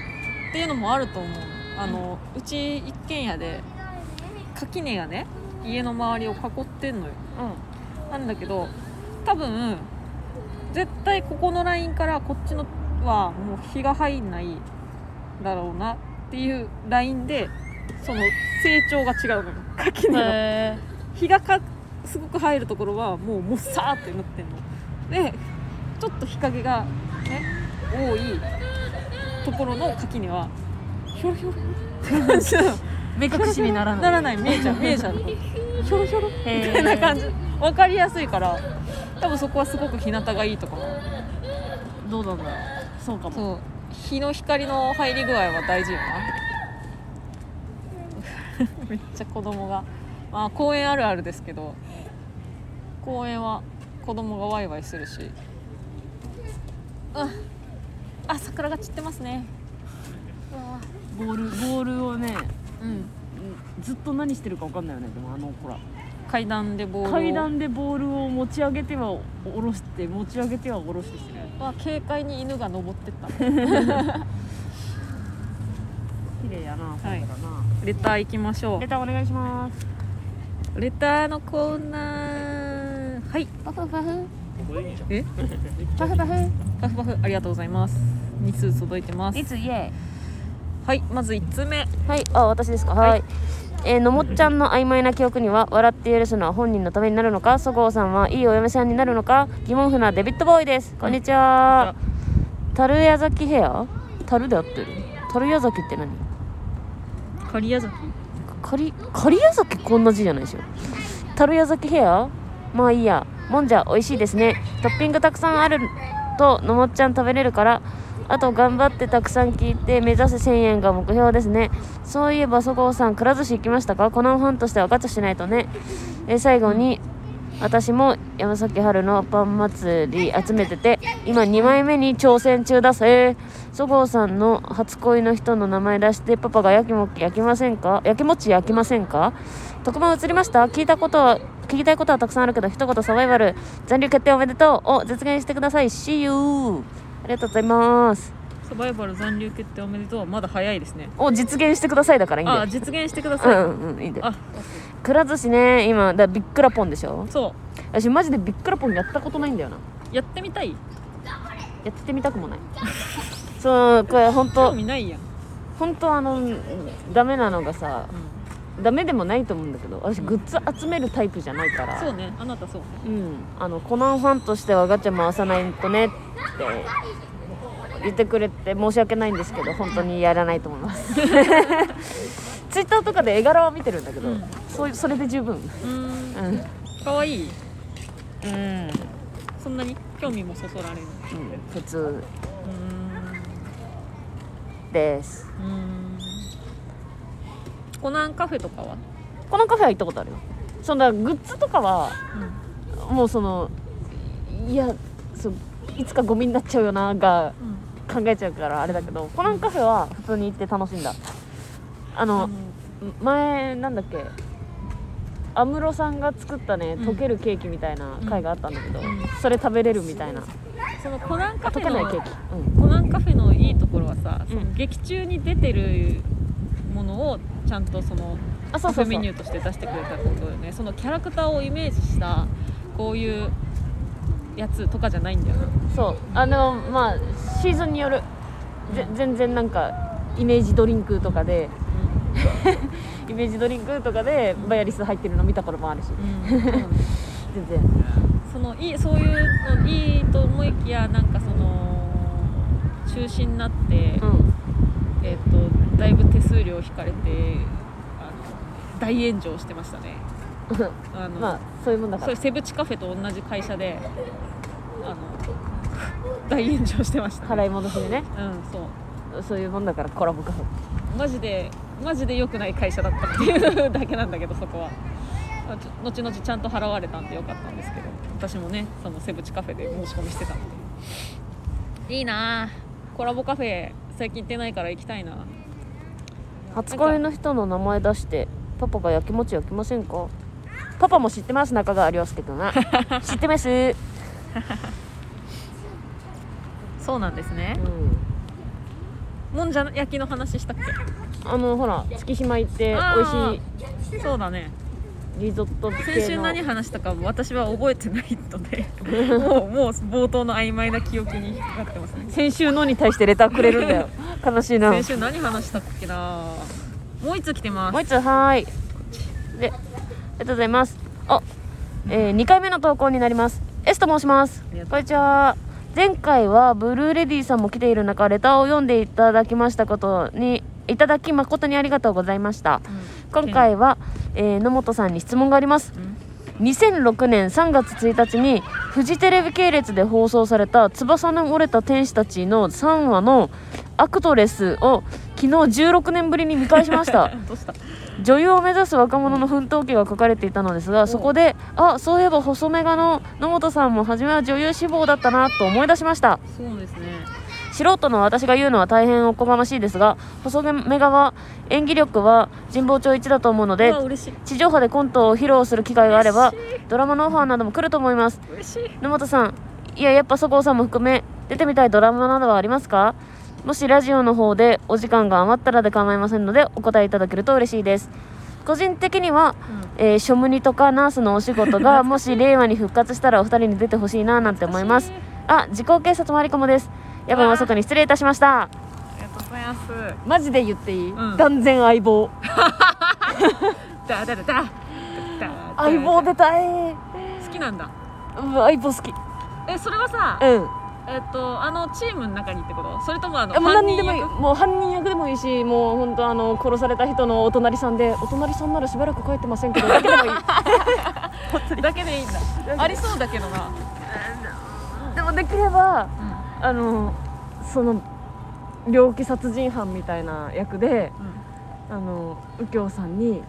Speaker 1: っていうのもあると思うあの、うち一軒家で垣根がね家の周りを囲ってんのよなんだけど多分絶対ここのラインからこっちのはもう日が入んないだろうなっていうラインでその成長が違うのよ垣
Speaker 2: うん
Speaker 1: 根の
Speaker 2: へ
Speaker 1: 日がかすごく入るところはもうもっさーってなってんのでちょっと日陰がね多いところの垣根はひょろひょろって感じなの
Speaker 2: 目隠しにならない
Speaker 1: ならない見えちゃう見えちゃうのひょろひょろみ
Speaker 2: へー
Speaker 1: たいな感じ分かりやすいから多分そこはすごく日向がいいとか
Speaker 2: どうなんだろうそうかも
Speaker 1: そう日の光の入り具合は大事よな めっちゃ子供がまあ公園あるあるですけど公園は子供がワイワイするしああ桜が散ってますね
Speaker 2: ボールボールをね
Speaker 1: うん
Speaker 2: うんずっと何してるかわかんないよねでもあの子ら
Speaker 1: 階段でボールを
Speaker 2: 階段でボールを持ち上げては下ろして持ち上げては下ろしてしてる
Speaker 1: は軽快に犬が登ってった
Speaker 2: 綺麗やな
Speaker 1: はい
Speaker 2: そうだな
Speaker 1: レター行きましょ
Speaker 2: レターお願いします
Speaker 1: うレターのコーナーはい
Speaker 3: パフパフ
Speaker 1: え
Speaker 3: パフパフ
Speaker 1: パフパフありがとうございます2通届いてます
Speaker 2: いつイエ
Speaker 1: はいまず1通目
Speaker 3: はい、あ、私ですか。はい。えーのもっちゃんの曖昧な記憶には笑って許すのは本人のためになるのかそごうさんはいいお嫁さんになるのか疑問符なデビッドボーイですこんにちは樽屋崎ヘア樽で合ってる樽屋崎って何
Speaker 1: 刈谷崎
Speaker 3: かり狩屋崎こんな字じゃないでしょ樽屋崎ヘアまあいいやもんじゃ美味しいですねトッピングたくさんあるとのもっちゃん食べれるからあと頑張ってたくさん聞いて目指せ1000円が目標ですねそういえばそごうさんくら寿司行きましたかコナンファンとしてはガチャしないとねえー最後に私も山崎春のパン祭り集めてて今2枚目に挑戦中だぜそごうさんの初恋の人の名前出してパパがやきもき焼きませんかやきもち焼きませんか特番映りました聞いたことは聞きたいことはたくさんあるけど一言サバイバル残留決定おめでとうを実現してください See you ありがとうございます
Speaker 1: サバイバル残留決定おめでとうはまだ早いですね
Speaker 3: を実現してくださいだからいいんだ
Speaker 1: あ
Speaker 3: よ
Speaker 1: 実現してくだ
Speaker 3: う
Speaker 1: さい、
Speaker 3: んうんいいんだよ
Speaker 1: あ
Speaker 3: くら寿司ね今だからビックラポンでしょ
Speaker 1: そ
Speaker 3: 私マジでビックラポンやったことないんだよな
Speaker 1: うやってみたい
Speaker 3: やってみたくもないそうこれ本
Speaker 1: 興
Speaker 3: 当
Speaker 1: 味ないやん、
Speaker 3: 本当あのうんダメなのがさダメでもないと思うんだけど私グッズ集めるタイプじゃないから
Speaker 1: そうねあなたそうね
Speaker 3: うんあのコナンファンとしてはガチャ回さないとねって言ってくれて申し訳ないんですけど本当にやらないと思いますツイッターとかで絵柄は見てるんだけど、
Speaker 1: うん
Speaker 3: そういうそれで十分
Speaker 1: うー
Speaker 3: うんうん
Speaker 1: んかわいい
Speaker 3: うん
Speaker 1: そんなに興味もそそられる
Speaker 3: 普通
Speaker 1: うーん
Speaker 3: です
Speaker 1: うーんコナンカフェとかは
Speaker 3: このカフェは行ったことあるよそんなグッズとかはもうそのいやそういつかゴミになっちゃうよなが
Speaker 1: うん、うん
Speaker 3: 考えちゃうからあれだけどコナンカフェは普通に行って楽しんだあの
Speaker 1: あの
Speaker 3: 前なんだっけ安室さんが作ったね
Speaker 1: うん
Speaker 3: 溶けるケーキみたいな回があったんだけど、
Speaker 1: ん
Speaker 3: それ食べれるみたいな
Speaker 1: そのコナンカフ
Speaker 3: 溶
Speaker 1: ェ
Speaker 3: けない
Speaker 1: の
Speaker 3: ケーキ、
Speaker 1: コナンカフェのいいところはさ、
Speaker 3: うん
Speaker 1: その劇中に出てるものをちゃんとその
Speaker 3: あ
Speaker 1: カ
Speaker 3: そう
Speaker 1: フェ
Speaker 3: そうそう
Speaker 1: メニューとして出してくれたってことだよねそのキャラクターをイメージしたこういうやつとかじゃないんだよな
Speaker 3: そうあのまあシーズンによるぜ全然なんかイメージドリンクとかでイメージドリンクとかでバイアリス入ってるの見たこともあるし全然
Speaker 1: そのいいそういうのいいと思いきやなんかその中止になって、
Speaker 3: うん
Speaker 1: えっとだいぶ手数料引かれてあの大炎上してましたねあの、
Speaker 3: まあそういうもんだか
Speaker 1: そ
Speaker 3: ら
Speaker 1: れセブチカフェと同じ会社であの大炎上してました、
Speaker 3: 払い戻しでね
Speaker 1: うんそう
Speaker 3: そういうもんだからコラボカフェ
Speaker 1: マジでマジで良くない会社だったっていうだけなんだけどそこはまあちょ後々ちゃんと払われたんでよかったんですけど私もねそのセブチカフェで申し込みしてたのでいいなあコラボカフェ最近行ってないから行きたいな
Speaker 3: 初恋の人の名前出してパパがやきもち焼きませんかパパも知ってます中川亮介君 は知ってます、うん、
Speaker 1: そうなんですねもんじゃ焼きの話したっけ
Speaker 3: あのほら月島行って
Speaker 1: あ
Speaker 3: 美
Speaker 1: ー
Speaker 3: 味し
Speaker 1: そうだね
Speaker 3: いリゾット系の
Speaker 1: 先週何話したか私は覚えてないの でもうもう冒頭の曖昧な記憶に引っかかってますね
Speaker 3: 先週のに対してレターくれるんだ よ悲しいなもう
Speaker 1: 先
Speaker 3: 一
Speaker 1: 週何話したっけなもう一つ来てます
Speaker 3: つはーいでありがとうございますあ、えー、2回目の投稿になります S と申します
Speaker 1: ありがとう
Speaker 3: こんにちは前回はブルーレディさんも来ている中レターを読んでいただきましたことにいただき誠にありがとうございました今回は、えー野本さんに質問があります
Speaker 1: うん
Speaker 3: 2006年3月1日にフジテレビ系列で放送された「翼の折れた天使たち」の3話のアクトレスを昨日16年ぶりに見返しました
Speaker 1: どうした
Speaker 3: 女優を目指す若者の奮闘記が書かれていたのですがそこであそういえば細メガの野本さんも初めは女優志望だったなと思い出しました
Speaker 1: そうですね
Speaker 3: 素人の私が言うのは大変おこがましいですが細メガは演技力は神保町一だと思うので
Speaker 1: うわ嬉しい
Speaker 3: 地上波でコントを披露する機会があればドラマのオファーなども来ると思います
Speaker 1: 嬉しい
Speaker 3: 野本さんいややっぱそこさんも含め出てみたいドラマなどはありますかもしラジオの方でお時間が余ったらで構いませんのでお答えいただけると嬉しいです個人的には、えー、ショムニとかナースのお仕事がもし令和に復活したらお二人に出てほしいななんて思いますあ時効警察マリコもですやばい遅くに失礼いたしました
Speaker 1: ありがとうございます
Speaker 3: マジで言っていい、
Speaker 1: うん
Speaker 3: 断然相棒
Speaker 1: だだだだだ
Speaker 3: 相棒出たいうん
Speaker 1: 好きなんだ
Speaker 3: 相棒好き
Speaker 1: えそれはさ
Speaker 3: うん
Speaker 1: えっとあのチームの中にってことそれともあの
Speaker 3: あもう
Speaker 1: 犯
Speaker 3: 何
Speaker 1: 人
Speaker 3: でもいい
Speaker 1: 役
Speaker 3: もう犯人役でもいいしもう本当あの殺された人のお隣さんでお隣さんならしばらく帰ってません けどだけでもいい
Speaker 1: だけでいいんだありそうだけどな
Speaker 3: でもできればあのその猟奇殺人犯みたいな役で
Speaker 1: うん
Speaker 3: あの右京さんに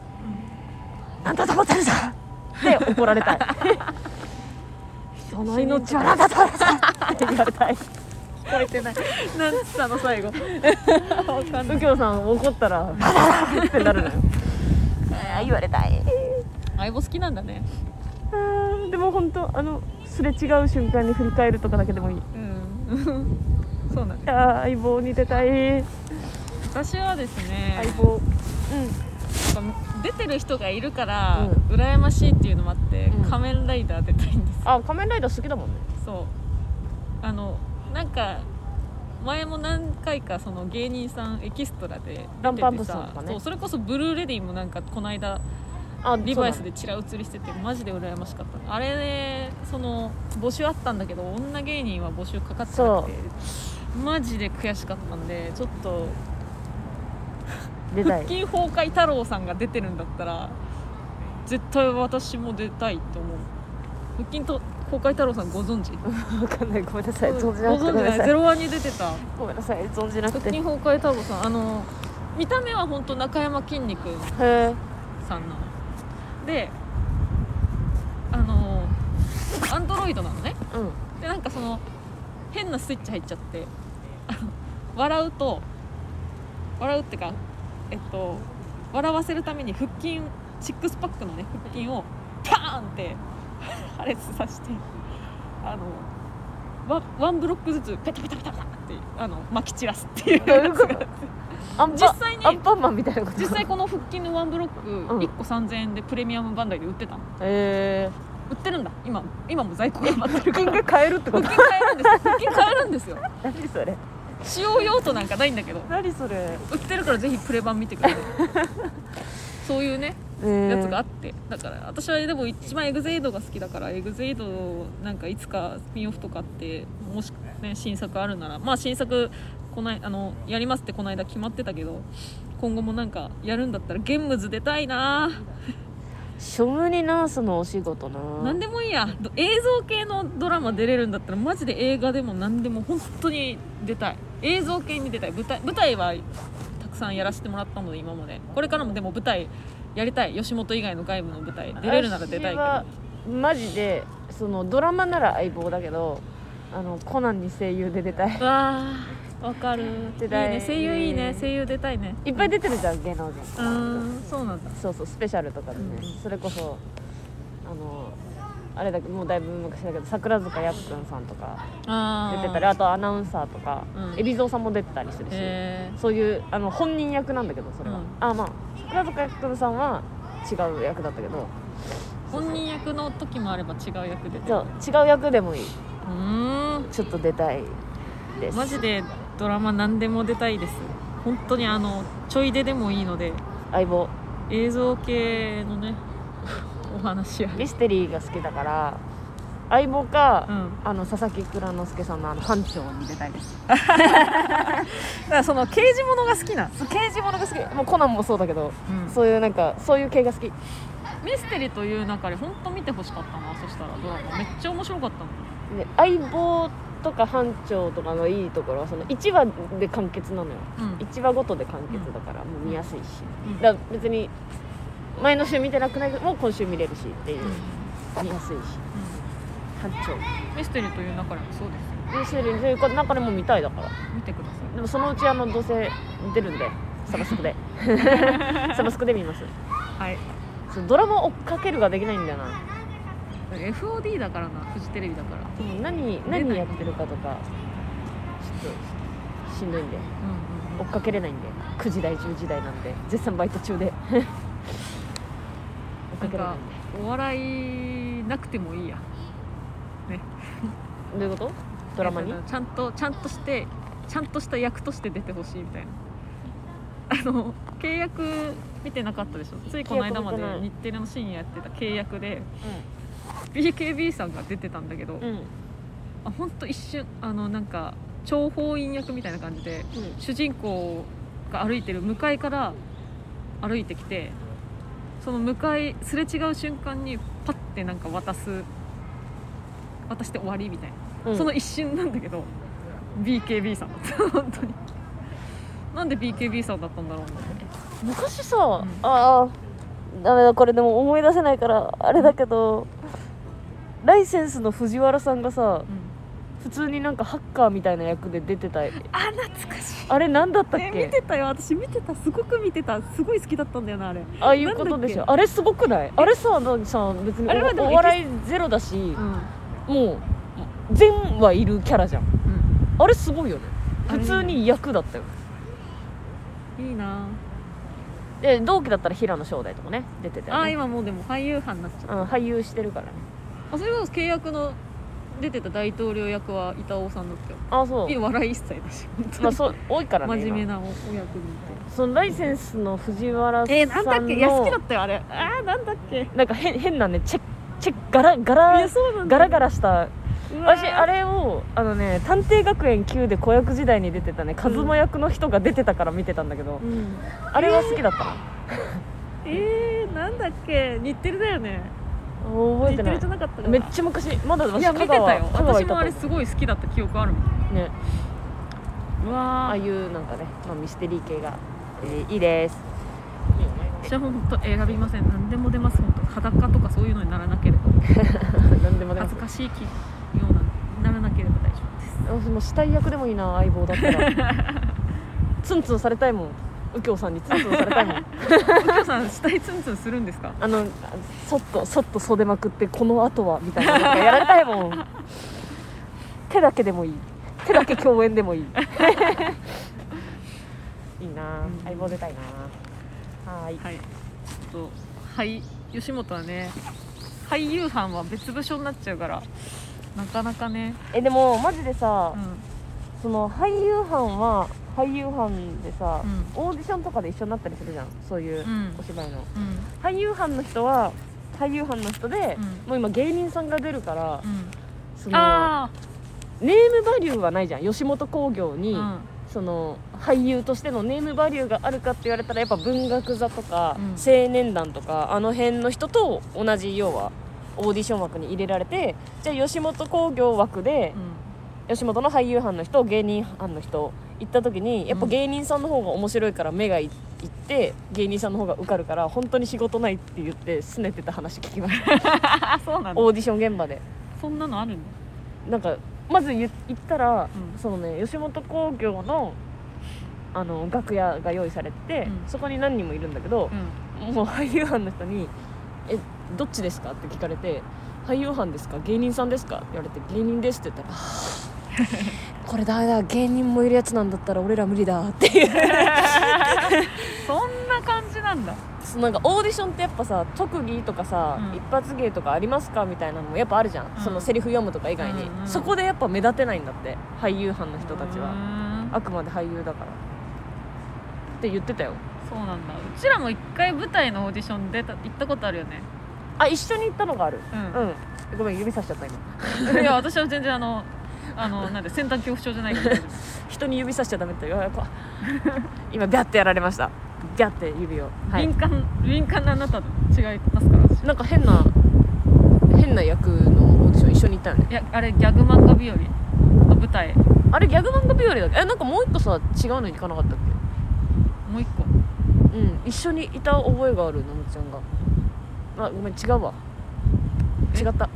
Speaker 3: 「あんたと思ってるさ!」って怒られ たい人の命はあなたと思ってるさって言われたい
Speaker 1: 聞こえてないなんつったの最後わかんない
Speaker 3: 右京さん怒ったら「あらら!」ってなるのよあー言われたい
Speaker 1: 相棒好きなんだね
Speaker 3: あーでも本当あのすれ違う瞬間に振り返るとかだけでもいい
Speaker 1: うんそうなんです
Speaker 3: あー相棒に出たい
Speaker 1: 私はですね
Speaker 3: 相棒
Speaker 1: なんか出てる人がいるから、
Speaker 3: う
Speaker 1: 羨ましいっていうのもあって、
Speaker 3: うん
Speaker 1: 仮面ライダー出たいんです
Speaker 3: あ仮面ライダー好きだもんね
Speaker 1: そうあのなんか前も何回かその芸人さんエキストラで出てて
Speaker 3: ランパンプさんとかね
Speaker 1: そうそれこそブルーレディもなんかこの間
Speaker 3: あ
Speaker 1: リバイスで
Speaker 3: で
Speaker 1: チラ写りしててマジで羨ましかったあれねその募集あったんだけど女芸人は募集かかってなくてマジで悔しかったんでちょっと
Speaker 3: 出た
Speaker 1: 腹
Speaker 3: い
Speaker 1: 筋崩壊太郎さんが出てるんだったら絶対私も出たいと思う腹筋と崩壊太郎さんご存知
Speaker 3: 分かんないごめんなさい
Speaker 1: ご
Speaker 3: 存じなくて
Speaker 1: 存
Speaker 3: ごめ
Speaker 1: 知
Speaker 3: んな
Speaker 1: ない
Speaker 3: さ
Speaker 1: ゼ
Speaker 3: い
Speaker 1: ロワンに出てた
Speaker 3: ごめんなさい存じな
Speaker 1: 腹
Speaker 3: くて
Speaker 1: 筋
Speaker 3: へ
Speaker 1: 崩壊太郎さんあの見た目は本当中山きんに君
Speaker 3: え
Speaker 1: さんなのであのアンドロイドなのね
Speaker 3: うん
Speaker 1: でなんかその変なスイッチ入っちゃってあの笑うと笑うってかえっと笑わせるために腹筋シックスパックのね腹筋をパーンって破裂させてあのワワンブロックずつペタペタペタペタってあのまき散らすっていう
Speaker 2: どういうこと
Speaker 1: やつが
Speaker 2: アンパ
Speaker 1: 実際に
Speaker 2: アンパンマンみたいなこと
Speaker 1: 実際この腹筋のワンブロック
Speaker 2: うん
Speaker 1: 1個3000円でプレミアムバンダイで売ってたの
Speaker 2: え
Speaker 1: 売ってるんだ今今も在庫が余ってる から
Speaker 2: ー、腹筋が買えるってこ
Speaker 1: 腹
Speaker 2: と
Speaker 1: 筋買えるんですよ腹筋買えるんですよ
Speaker 2: 何それ
Speaker 1: 使用用途なんかないんだけど
Speaker 2: 何それ
Speaker 1: 売ってるからぜひプレ版見て くださいそういうね やつがあってだから私はでも一番エグゼイドが好きだからエグゼイドなんかいつかスピンオフとかあってもしね新作あるならまあ新作こないあのやりますってこの間決まってたけど今後もなんかやるんだったらゲームズ出たいな
Speaker 2: 庶務にナースのお仕事な
Speaker 1: 何でもいいやど映像系のドラマ出れるんだったらマジで映画でも何でも本当に出たい映像系に出たい舞台舞台はたくさんやらせてもらったので今までこれからもでも舞台やりたい吉本以外の外部の舞台出れるなら出たい
Speaker 2: 私
Speaker 1: け
Speaker 2: は
Speaker 1: ど
Speaker 2: マジでそのドラマなら相棒だけどあのコナンに声優で出たい
Speaker 1: わあわかるいい
Speaker 2: 出たい
Speaker 1: ね声優いいね声優出たいね
Speaker 2: いっぱい出てるじゃん芸能人
Speaker 1: うーんそうなんだ
Speaker 2: そうそうスペシャルとかでね、
Speaker 1: うん
Speaker 2: それこそあのあれだけもうだいぶ昔だけど桜塚やっくんさんとか
Speaker 1: あ
Speaker 2: 出
Speaker 1: ー
Speaker 2: てたりあとアナウンサーとか
Speaker 1: うん
Speaker 2: 海老蔵さんも出てたりするし、
Speaker 1: へ
Speaker 2: そういうあの本人役なんだけどそれは、
Speaker 1: うん
Speaker 2: あまあ桜塚やっくんさんは違う役だったけど
Speaker 1: ー本人役の時もあれば違う役で出て
Speaker 2: じ
Speaker 1: る
Speaker 2: ゃあ違う役でもいいう
Speaker 1: ーん
Speaker 2: ちょっと出たいです
Speaker 1: マジでドラマ何でも出たいです本当にあのちょい出でもいいので
Speaker 2: 相棒
Speaker 1: 映像系のね お 話や
Speaker 2: ミステリーが好きだから相棒か、
Speaker 1: うん
Speaker 2: あの佐々木蔵之介さんのあの班長に出た いです
Speaker 1: だからその刑事ものが好きな、
Speaker 2: 刑事ものが好きもうコナンもそうだけど
Speaker 1: そう
Speaker 2: そういうなんかそういう系が好き
Speaker 1: ミステリーという中で本当見てほしかったなそしたらドラマめっちゃ面白かったの
Speaker 2: で相棒とか班長とかのいいところはその1話で完結なのよ
Speaker 1: うん
Speaker 2: 1話ごとで完結だからもう見やすいし、
Speaker 1: うん
Speaker 2: だから別に前の週見てなくないけどもう今週見れるしっていう
Speaker 1: うん
Speaker 2: 見やすいし班長
Speaker 1: ミステリーという中でもそうですよ
Speaker 2: ミステリーというか中でも見たいだから
Speaker 1: 見てください
Speaker 2: でもそのうちあのどうせ出るんでサバ スクでサバスクで見ます
Speaker 1: はい
Speaker 2: そうドラマ追っかけるができないんだよな
Speaker 1: FOD だからなフジテレビだから
Speaker 2: でも何何やってるかとかちょっとしんどいんで
Speaker 1: うん
Speaker 2: 追っかけれないんで9時台10時台なんで絶賛バイト中で追っかけれないんで
Speaker 1: お笑いなくてもいいや
Speaker 2: どういうことドラマに
Speaker 1: えっとちゃんとちゃんとしてちゃんとした役として出てほしいみたいなあの契約見てなかったでしょついこの間まで
Speaker 2: 契約見てない
Speaker 1: 日テレの深夜やってた契約で BKB さんが出てたんだけど、
Speaker 2: うんうん
Speaker 1: あほんと一瞬あのなんか諜報員役みたいな感じで主人公が歩いてる向かいから歩いてきてその向かいすれ違う瞬間にパッてなんか渡す渡して終わりみたいな。
Speaker 2: うん
Speaker 1: その一瞬なんだけど BKB さんだ った本当になんで BKB さんだったんだろうね
Speaker 2: 昔さ、
Speaker 1: ん
Speaker 2: ああダメだこれでも思い出せないからあれだけどライセンスの藤原さんがさ普通になんかハッカーみたいな役で出てた
Speaker 1: あ懐かしい
Speaker 2: あれ何だったっけ、
Speaker 1: え見てたよ私見てたすごく見てたすごい好きだったんだよなあれ
Speaker 2: ああいうことでし
Speaker 1: なんだっ
Speaker 2: ょ
Speaker 1: け
Speaker 2: あれすごくないあれさなんさ別に
Speaker 1: あれはで
Speaker 2: お
Speaker 1: も
Speaker 2: お笑いゼロだし、
Speaker 1: ん、
Speaker 2: もう全はいるキャラじゃんあれすごいよね
Speaker 1: あれ
Speaker 2: 普通に役だったよ
Speaker 1: いいな
Speaker 2: で同期だったら平野正代とかね出てた
Speaker 1: あ
Speaker 2: よ、
Speaker 1: あ
Speaker 2: ね、
Speaker 1: 今もうでも俳優派になっちゃっ
Speaker 2: うん、俳優してるからね
Speaker 1: たあそれこそ契約の出てた大統領役は板尾さんだったよ
Speaker 2: ああそう
Speaker 1: いい笑い一切だし本当に
Speaker 2: まあそう多いからね
Speaker 1: 真面目
Speaker 2: 今
Speaker 1: なおお役にいて
Speaker 2: そのライセンスの藤原さんの、
Speaker 1: えー、なんだっけいや好きだったよあれあーなんだっけ
Speaker 2: なんか変変なねチェッチェッガラガラ
Speaker 1: いやそうなんだ
Speaker 2: ガラガラした私あ
Speaker 1: れ
Speaker 2: れをあのね探偵学園9で子役時代に出てたねカズマ役の人が出てたから見てたんだけど、
Speaker 1: うん
Speaker 2: あれは好きだったな
Speaker 1: えー、なんだっけ日テレだよね
Speaker 2: 覚
Speaker 1: 日
Speaker 2: えて
Speaker 1: テ
Speaker 2: な
Speaker 1: レじゃ
Speaker 2: い
Speaker 1: なかったかな
Speaker 2: めっちゃ昔まだ
Speaker 1: い
Speaker 2: 私
Speaker 1: や見
Speaker 2: 香
Speaker 1: て
Speaker 2: 川
Speaker 1: たよ
Speaker 2: 香川
Speaker 1: 私
Speaker 2: いた
Speaker 1: もあれ
Speaker 2: と
Speaker 1: すごい好きだった記憶あるもん
Speaker 2: 思うね
Speaker 1: う
Speaker 2: あ
Speaker 1: わ
Speaker 2: あ
Speaker 1: あ
Speaker 2: いうなんかね、まあ、ミステリー系が、えーいいです
Speaker 1: 私はもう本当選びません何でも出ます本当裸とかそういうのにならなければ
Speaker 2: 何でもね
Speaker 1: 恥ずかしい気ようなならなければ大丈夫です
Speaker 2: もう死体役でもいいな相棒だったらツンツンされたいもん
Speaker 3: 右京さんにツンツンされたいもん
Speaker 1: 右京さん死体ツンツンするんですか
Speaker 3: あのそっとそっと袖まくってこの後はみたいなのがやられたいもん手だけでもいい手だけ共演でもいいいいなあ
Speaker 1: うん
Speaker 3: 相棒出たいなあはーい
Speaker 1: はいちょっとはい吉本はね俳優班は別部署になっちゃうからなかなかね、
Speaker 3: えでもマジでさ、
Speaker 1: う
Speaker 3: その俳優班は俳優班でさ、
Speaker 1: う
Speaker 3: オーディションとかで一緒になったりするじゃんそういうん
Speaker 1: うん
Speaker 3: お芝居の、
Speaker 1: うん
Speaker 3: 俳優班の人は俳優班の人で、
Speaker 1: うん
Speaker 3: もう今芸人さんが出るから、そ
Speaker 1: うん、
Speaker 3: の
Speaker 1: あ
Speaker 3: ネームバリューはないじゃん吉本興業に、
Speaker 1: ー、うん
Speaker 3: その俳優としてのネームバリューがあるかって言われたらやっぱ文学座とか、
Speaker 1: うん
Speaker 3: 青年団とかあの辺の人と同じ要はオーディション枠に入れられてじゃあ吉本興業枠で、吉本の俳優班の人芸人班の人行った時にやっぱ芸人さんの方が面白いから目がいいって芸人さんの方が受かるから本当に仕事ないって言って拗ねてた話聞きました
Speaker 1: あそうなんだ
Speaker 3: オーディション現場で
Speaker 1: そんなのあるんだ
Speaker 3: なんかまず言言ったら、
Speaker 1: うん
Speaker 3: そのね吉本興業のあの楽屋が用意されてて、
Speaker 1: うん
Speaker 3: そこに何人もいるんだけど
Speaker 1: う、ん
Speaker 3: もう俳優班の人に「えどっちですか?」って聞かれて「俳優班ですか芸人さんですか?」って言われて「芸人です」って言ったらあー「これダメだ芸人もいるやつなんだったら俺ら無理だ」っていう
Speaker 1: そんな感じなんだ
Speaker 3: そのなんかオーディションってやっぱさ特技とかさ、
Speaker 1: うん
Speaker 3: 一発芸とかありますかみたいなのもやっぱあるじゃん、
Speaker 1: うん
Speaker 3: そのセリフ読むとか以外に、
Speaker 1: うんうん
Speaker 3: そこでやっぱ目立てないんだって俳優班の人たちは。
Speaker 1: は
Speaker 3: あくまで俳優だからって言ってたよ
Speaker 1: そうなんだうちらも一回舞台のオーディション出た行ったことあるよね
Speaker 3: あ一緒に行ったのがある
Speaker 1: う、
Speaker 3: うんんごめん指さしちゃった今
Speaker 1: いや私は全然あのあのなんで先端恐怖症じゃないから大丈夫
Speaker 3: 人に指さしちゃダメって言われた 今ビャってやられましたビャって指を、はい
Speaker 1: 敏感敏感なあなたと違いますから私
Speaker 3: なんか変な変な役のオーディション一緒に行ったよね
Speaker 1: いやあれギャグ漫画日和の舞台
Speaker 3: あれギャグ漫画日和だっけえなんかもう一個さ違うのに行かなかったっ
Speaker 1: もう一個
Speaker 3: けうん一緒にいた覚えがあるのむちゃんがあごめん違うわ
Speaker 1: え
Speaker 3: 違 った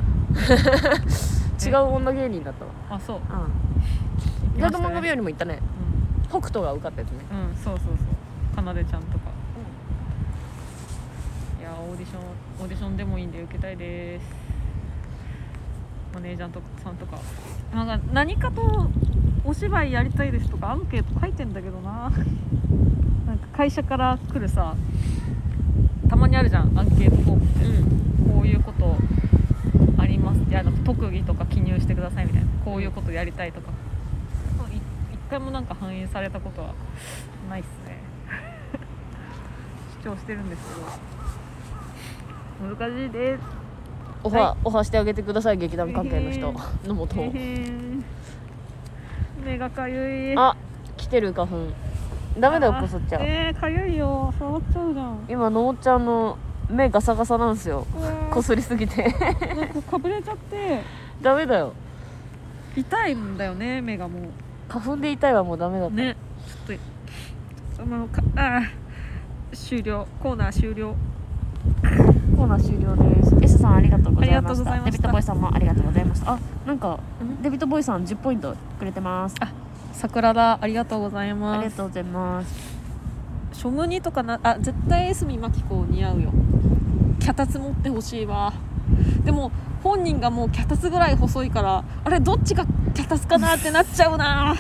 Speaker 3: 違う女芸人だった
Speaker 1: あそう
Speaker 3: わうんギ
Speaker 1: 行きまし
Speaker 3: ャ
Speaker 1: たね
Speaker 3: グ漫画日和も行ったね北斗が受かったやつね
Speaker 1: うん、うん、そうそうそうかなでちゃんとか、いやオーディションオーディションでもいいんで受けたいですマネージャーとかさんとかなんか何かとお芝居やりたいですとかアンケート書いてんだけどな なんか会社から来るさたまにあるじゃんアンケートフォームって
Speaker 3: うん
Speaker 1: こういうことありますいやなんか特技とか記入してくださいみたいなこういうことやりたいとかい一回もなんか反映されたことはないっすね 主張してるんですけど難しいです
Speaker 3: オファー、
Speaker 1: は
Speaker 3: オファーしてあげてください劇団関係の 人
Speaker 1: へ
Speaker 3: のもと
Speaker 1: 大変目がかゆい
Speaker 3: あ来てる花粉ダメだよこそっちゃ
Speaker 1: あ
Speaker 3: う
Speaker 1: えー、かゆいよ触っちゃうじゃん
Speaker 3: 今のおちゃんの目ガサガサなんですよ
Speaker 1: うわー
Speaker 3: こすりすぎて
Speaker 1: なんかかぶれちゃって
Speaker 3: ダメだよ
Speaker 1: 痛いんだよね目がもう
Speaker 3: 花粉で痛いはもうダメだった、
Speaker 1: ねちょっとあのかあー終了コーナー終了
Speaker 3: コーナー終了です
Speaker 2: S さんありがとうござい
Speaker 1: ありがと
Speaker 2: ま
Speaker 1: う
Speaker 2: し
Speaker 1: ござい
Speaker 2: た
Speaker 1: ました
Speaker 2: デビットボーイさんもありがとうございましたあなんか
Speaker 1: ん
Speaker 2: デビットボーイさん10ポイントくれてます
Speaker 1: 桜田ありがとうござい
Speaker 2: あり
Speaker 1: ま
Speaker 2: が
Speaker 1: す
Speaker 2: とうございます
Speaker 1: ショムニとかなあ絶対江角真紀子似合うよ脚立持ってほしいわでも本人がもう脚立ぐらい細いからあれどっちが脚立かなってなっちゃうなうる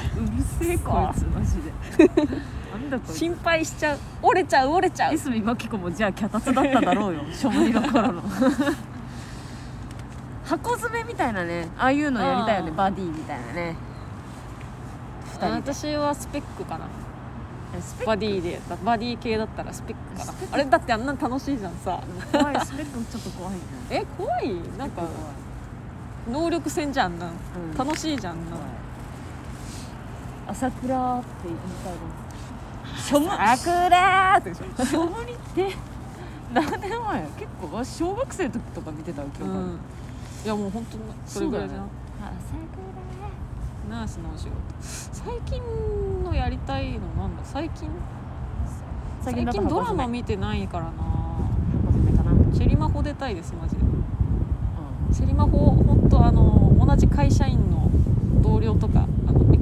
Speaker 1: せえ
Speaker 2: こいつマ ジでなんだこいつ
Speaker 1: 心配しちゃう折れちゃう折れちゃう
Speaker 2: 江角真紀子もじゃあ脚立だっただろうよしょぼりの頃 の箱詰めみたいなねああいうのやりたいよね
Speaker 1: あー
Speaker 2: バディみたいなね
Speaker 1: あ
Speaker 2: 2人で
Speaker 1: 私はスペックかな
Speaker 2: スペッ
Speaker 1: バディでバディ系だったらスペックかなあれだってあんなの楽しいじゃんさ
Speaker 2: ク怖いスペックちょっと怖いね
Speaker 1: え怖いなんか能力戦じゃんあんなの
Speaker 2: うん
Speaker 1: 楽しいじゃんあんなの
Speaker 2: 朝倉って言いたい
Speaker 1: しょむ
Speaker 2: 桜
Speaker 1: でしょ
Speaker 2: しょぼりって何年前結構小学生の時とか見てた記
Speaker 1: う
Speaker 2: 憶ある
Speaker 1: んいやもう本当にそれぐらいじゃん、
Speaker 2: 朝倉
Speaker 1: ナースのお仕事最近のやりたいのなんだ最近最近ドラマ見てないからな
Speaker 2: かな、うん、
Speaker 1: シェリマホ出たいですマジでシェリマホ本当あの同じ会社員の同僚とかあのえ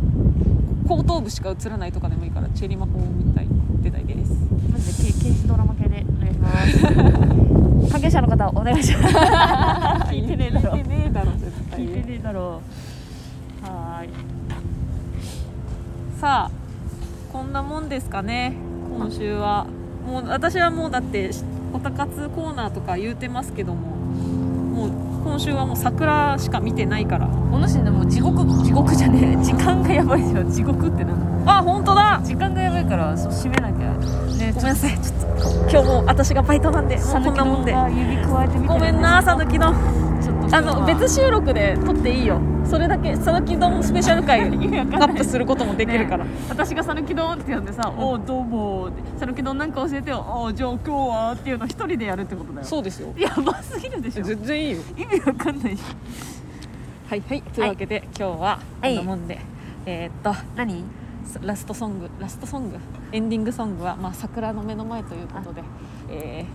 Speaker 1: 後頭部しか映らないとかでもいいからチェリマホを見たいってだけです
Speaker 3: マジでけ刑事ドラマ系でお願いします関係者の方お願いします聞いてねえだろ
Speaker 1: 聞いてねえだろ絶対
Speaker 3: 聞いてねえだろうはーい
Speaker 1: さあこんなもんですかね今週はもう私はもうだっておたかつコーナーとか言うてますけどももう今週はもう桜しか見てないから
Speaker 3: お主でも地獄地獄じゃねえ時間がやばいじゃん地獄ってなんか
Speaker 1: あ本当だ
Speaker 3: 時間がやばいからそう締めなきゃね
Speaker 1: ごめんなさいちょっと今日もう私がバイトなんでもうこんなもんで
Speaker 3: さぬきの指加えてみて
Speaker 1: ごめんなさぬきの
Speaker 3: ちょっと
Speaker 1: あの別収録で撮っていいよそれだけさぬき丼スペシャル 回アップすることもできるから、
Speaker 3: 私が「さぬき丼」って呼んでさ「おうどうも」って「さぬき丼なんか教えてよ」おうじゃあ今日は」っていうの一人でやるってことだよ
Speaker 1: そうですよ
Speaker 3: やばすぎるでしょ
Speaker 1: 全然いいよ
Speaker 3: 意味わかんないし
Speaker 1: はいはいというわけで、今日はこんなもんで、えーっと
Speaker 3: 何
Speaker 1: ラストソングラストソングエンディングソングは、まあ、桜の目の前ということで、え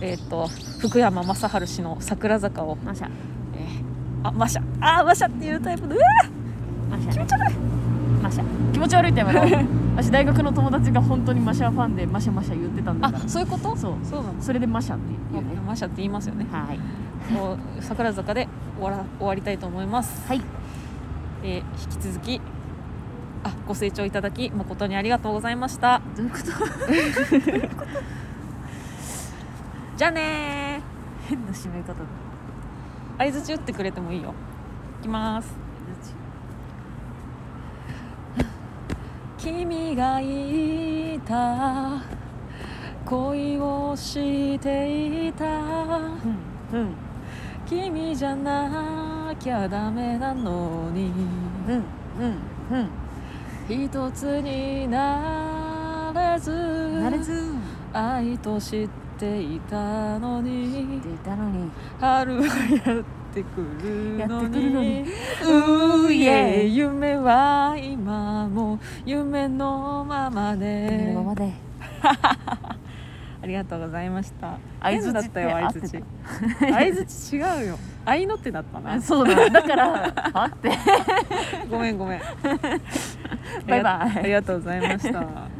Speaker 1: ーえーっと福山雅治氏の「桜坂を」
Speaker 3: マシャ
Speaker 1: えーあマシャあーマシャっていうタイプのうわ
Speaker 3: マシ
Speaker 1: ー気
Speaker 3: ャ
Speaker 1: 持ち悪い
Speaker 3: マシャ
Speaker 2: 気持ち悪いってやめろ私大学の友達が本当にマシャファンでマシャマシャ言ってたんだから
Speaker 1: あそういうこと
Speaker 2: そう
Speaker 1: そうなの
Speaker 2: それでマシャって言うね
Speaker 1: マシャって言いますよね
Speaker 3: はい
Speaker 1: もう桜坂で終わら終わりたいと思います、
Speaker 3: はい
Speaker 1: えー引き続きあご清聴いただき誠にありがとうございました
Speaker 3: どういうこと
Speaker 1: じゃあね
Speaker 3: 変な締め方だ
Speaker 1: ー相づち打ってくれてもいいよいきます君がいた恋をしていた
Speaker 3: うんうん
Speaker 1: 君じゃなきゃダメなのに
Speaker 3: うんうん
Speaker 1: 一つになれず
Speaker 3: うんなれずー
Speaker 1: 愛と知っていたのに
Speaker 3: っていたのに
Speaker 1: 春はやってくるの
Speaker 3: やってくるの
Speaker 1: に
Speaker 3: に
Speaker 1: うーいえ夢は今も夢のまま
Speaker 3: 夢
Speaker 1: で
Speaker 3: のままで
Speaker 1: ありがとうございました
Speaker 3: 相
Speaker 1: 変
Speaker 3: 槌
Speaker 1: だ
Speaker 3: っ
Speaker 1: ってたよ相づち相づち違うよ相の手だったな
Speaker 3: そうだだからあって
Speaker 1: ごめんごめん
Speaker 3: バイバイ
Speaker 1: ありがとうございました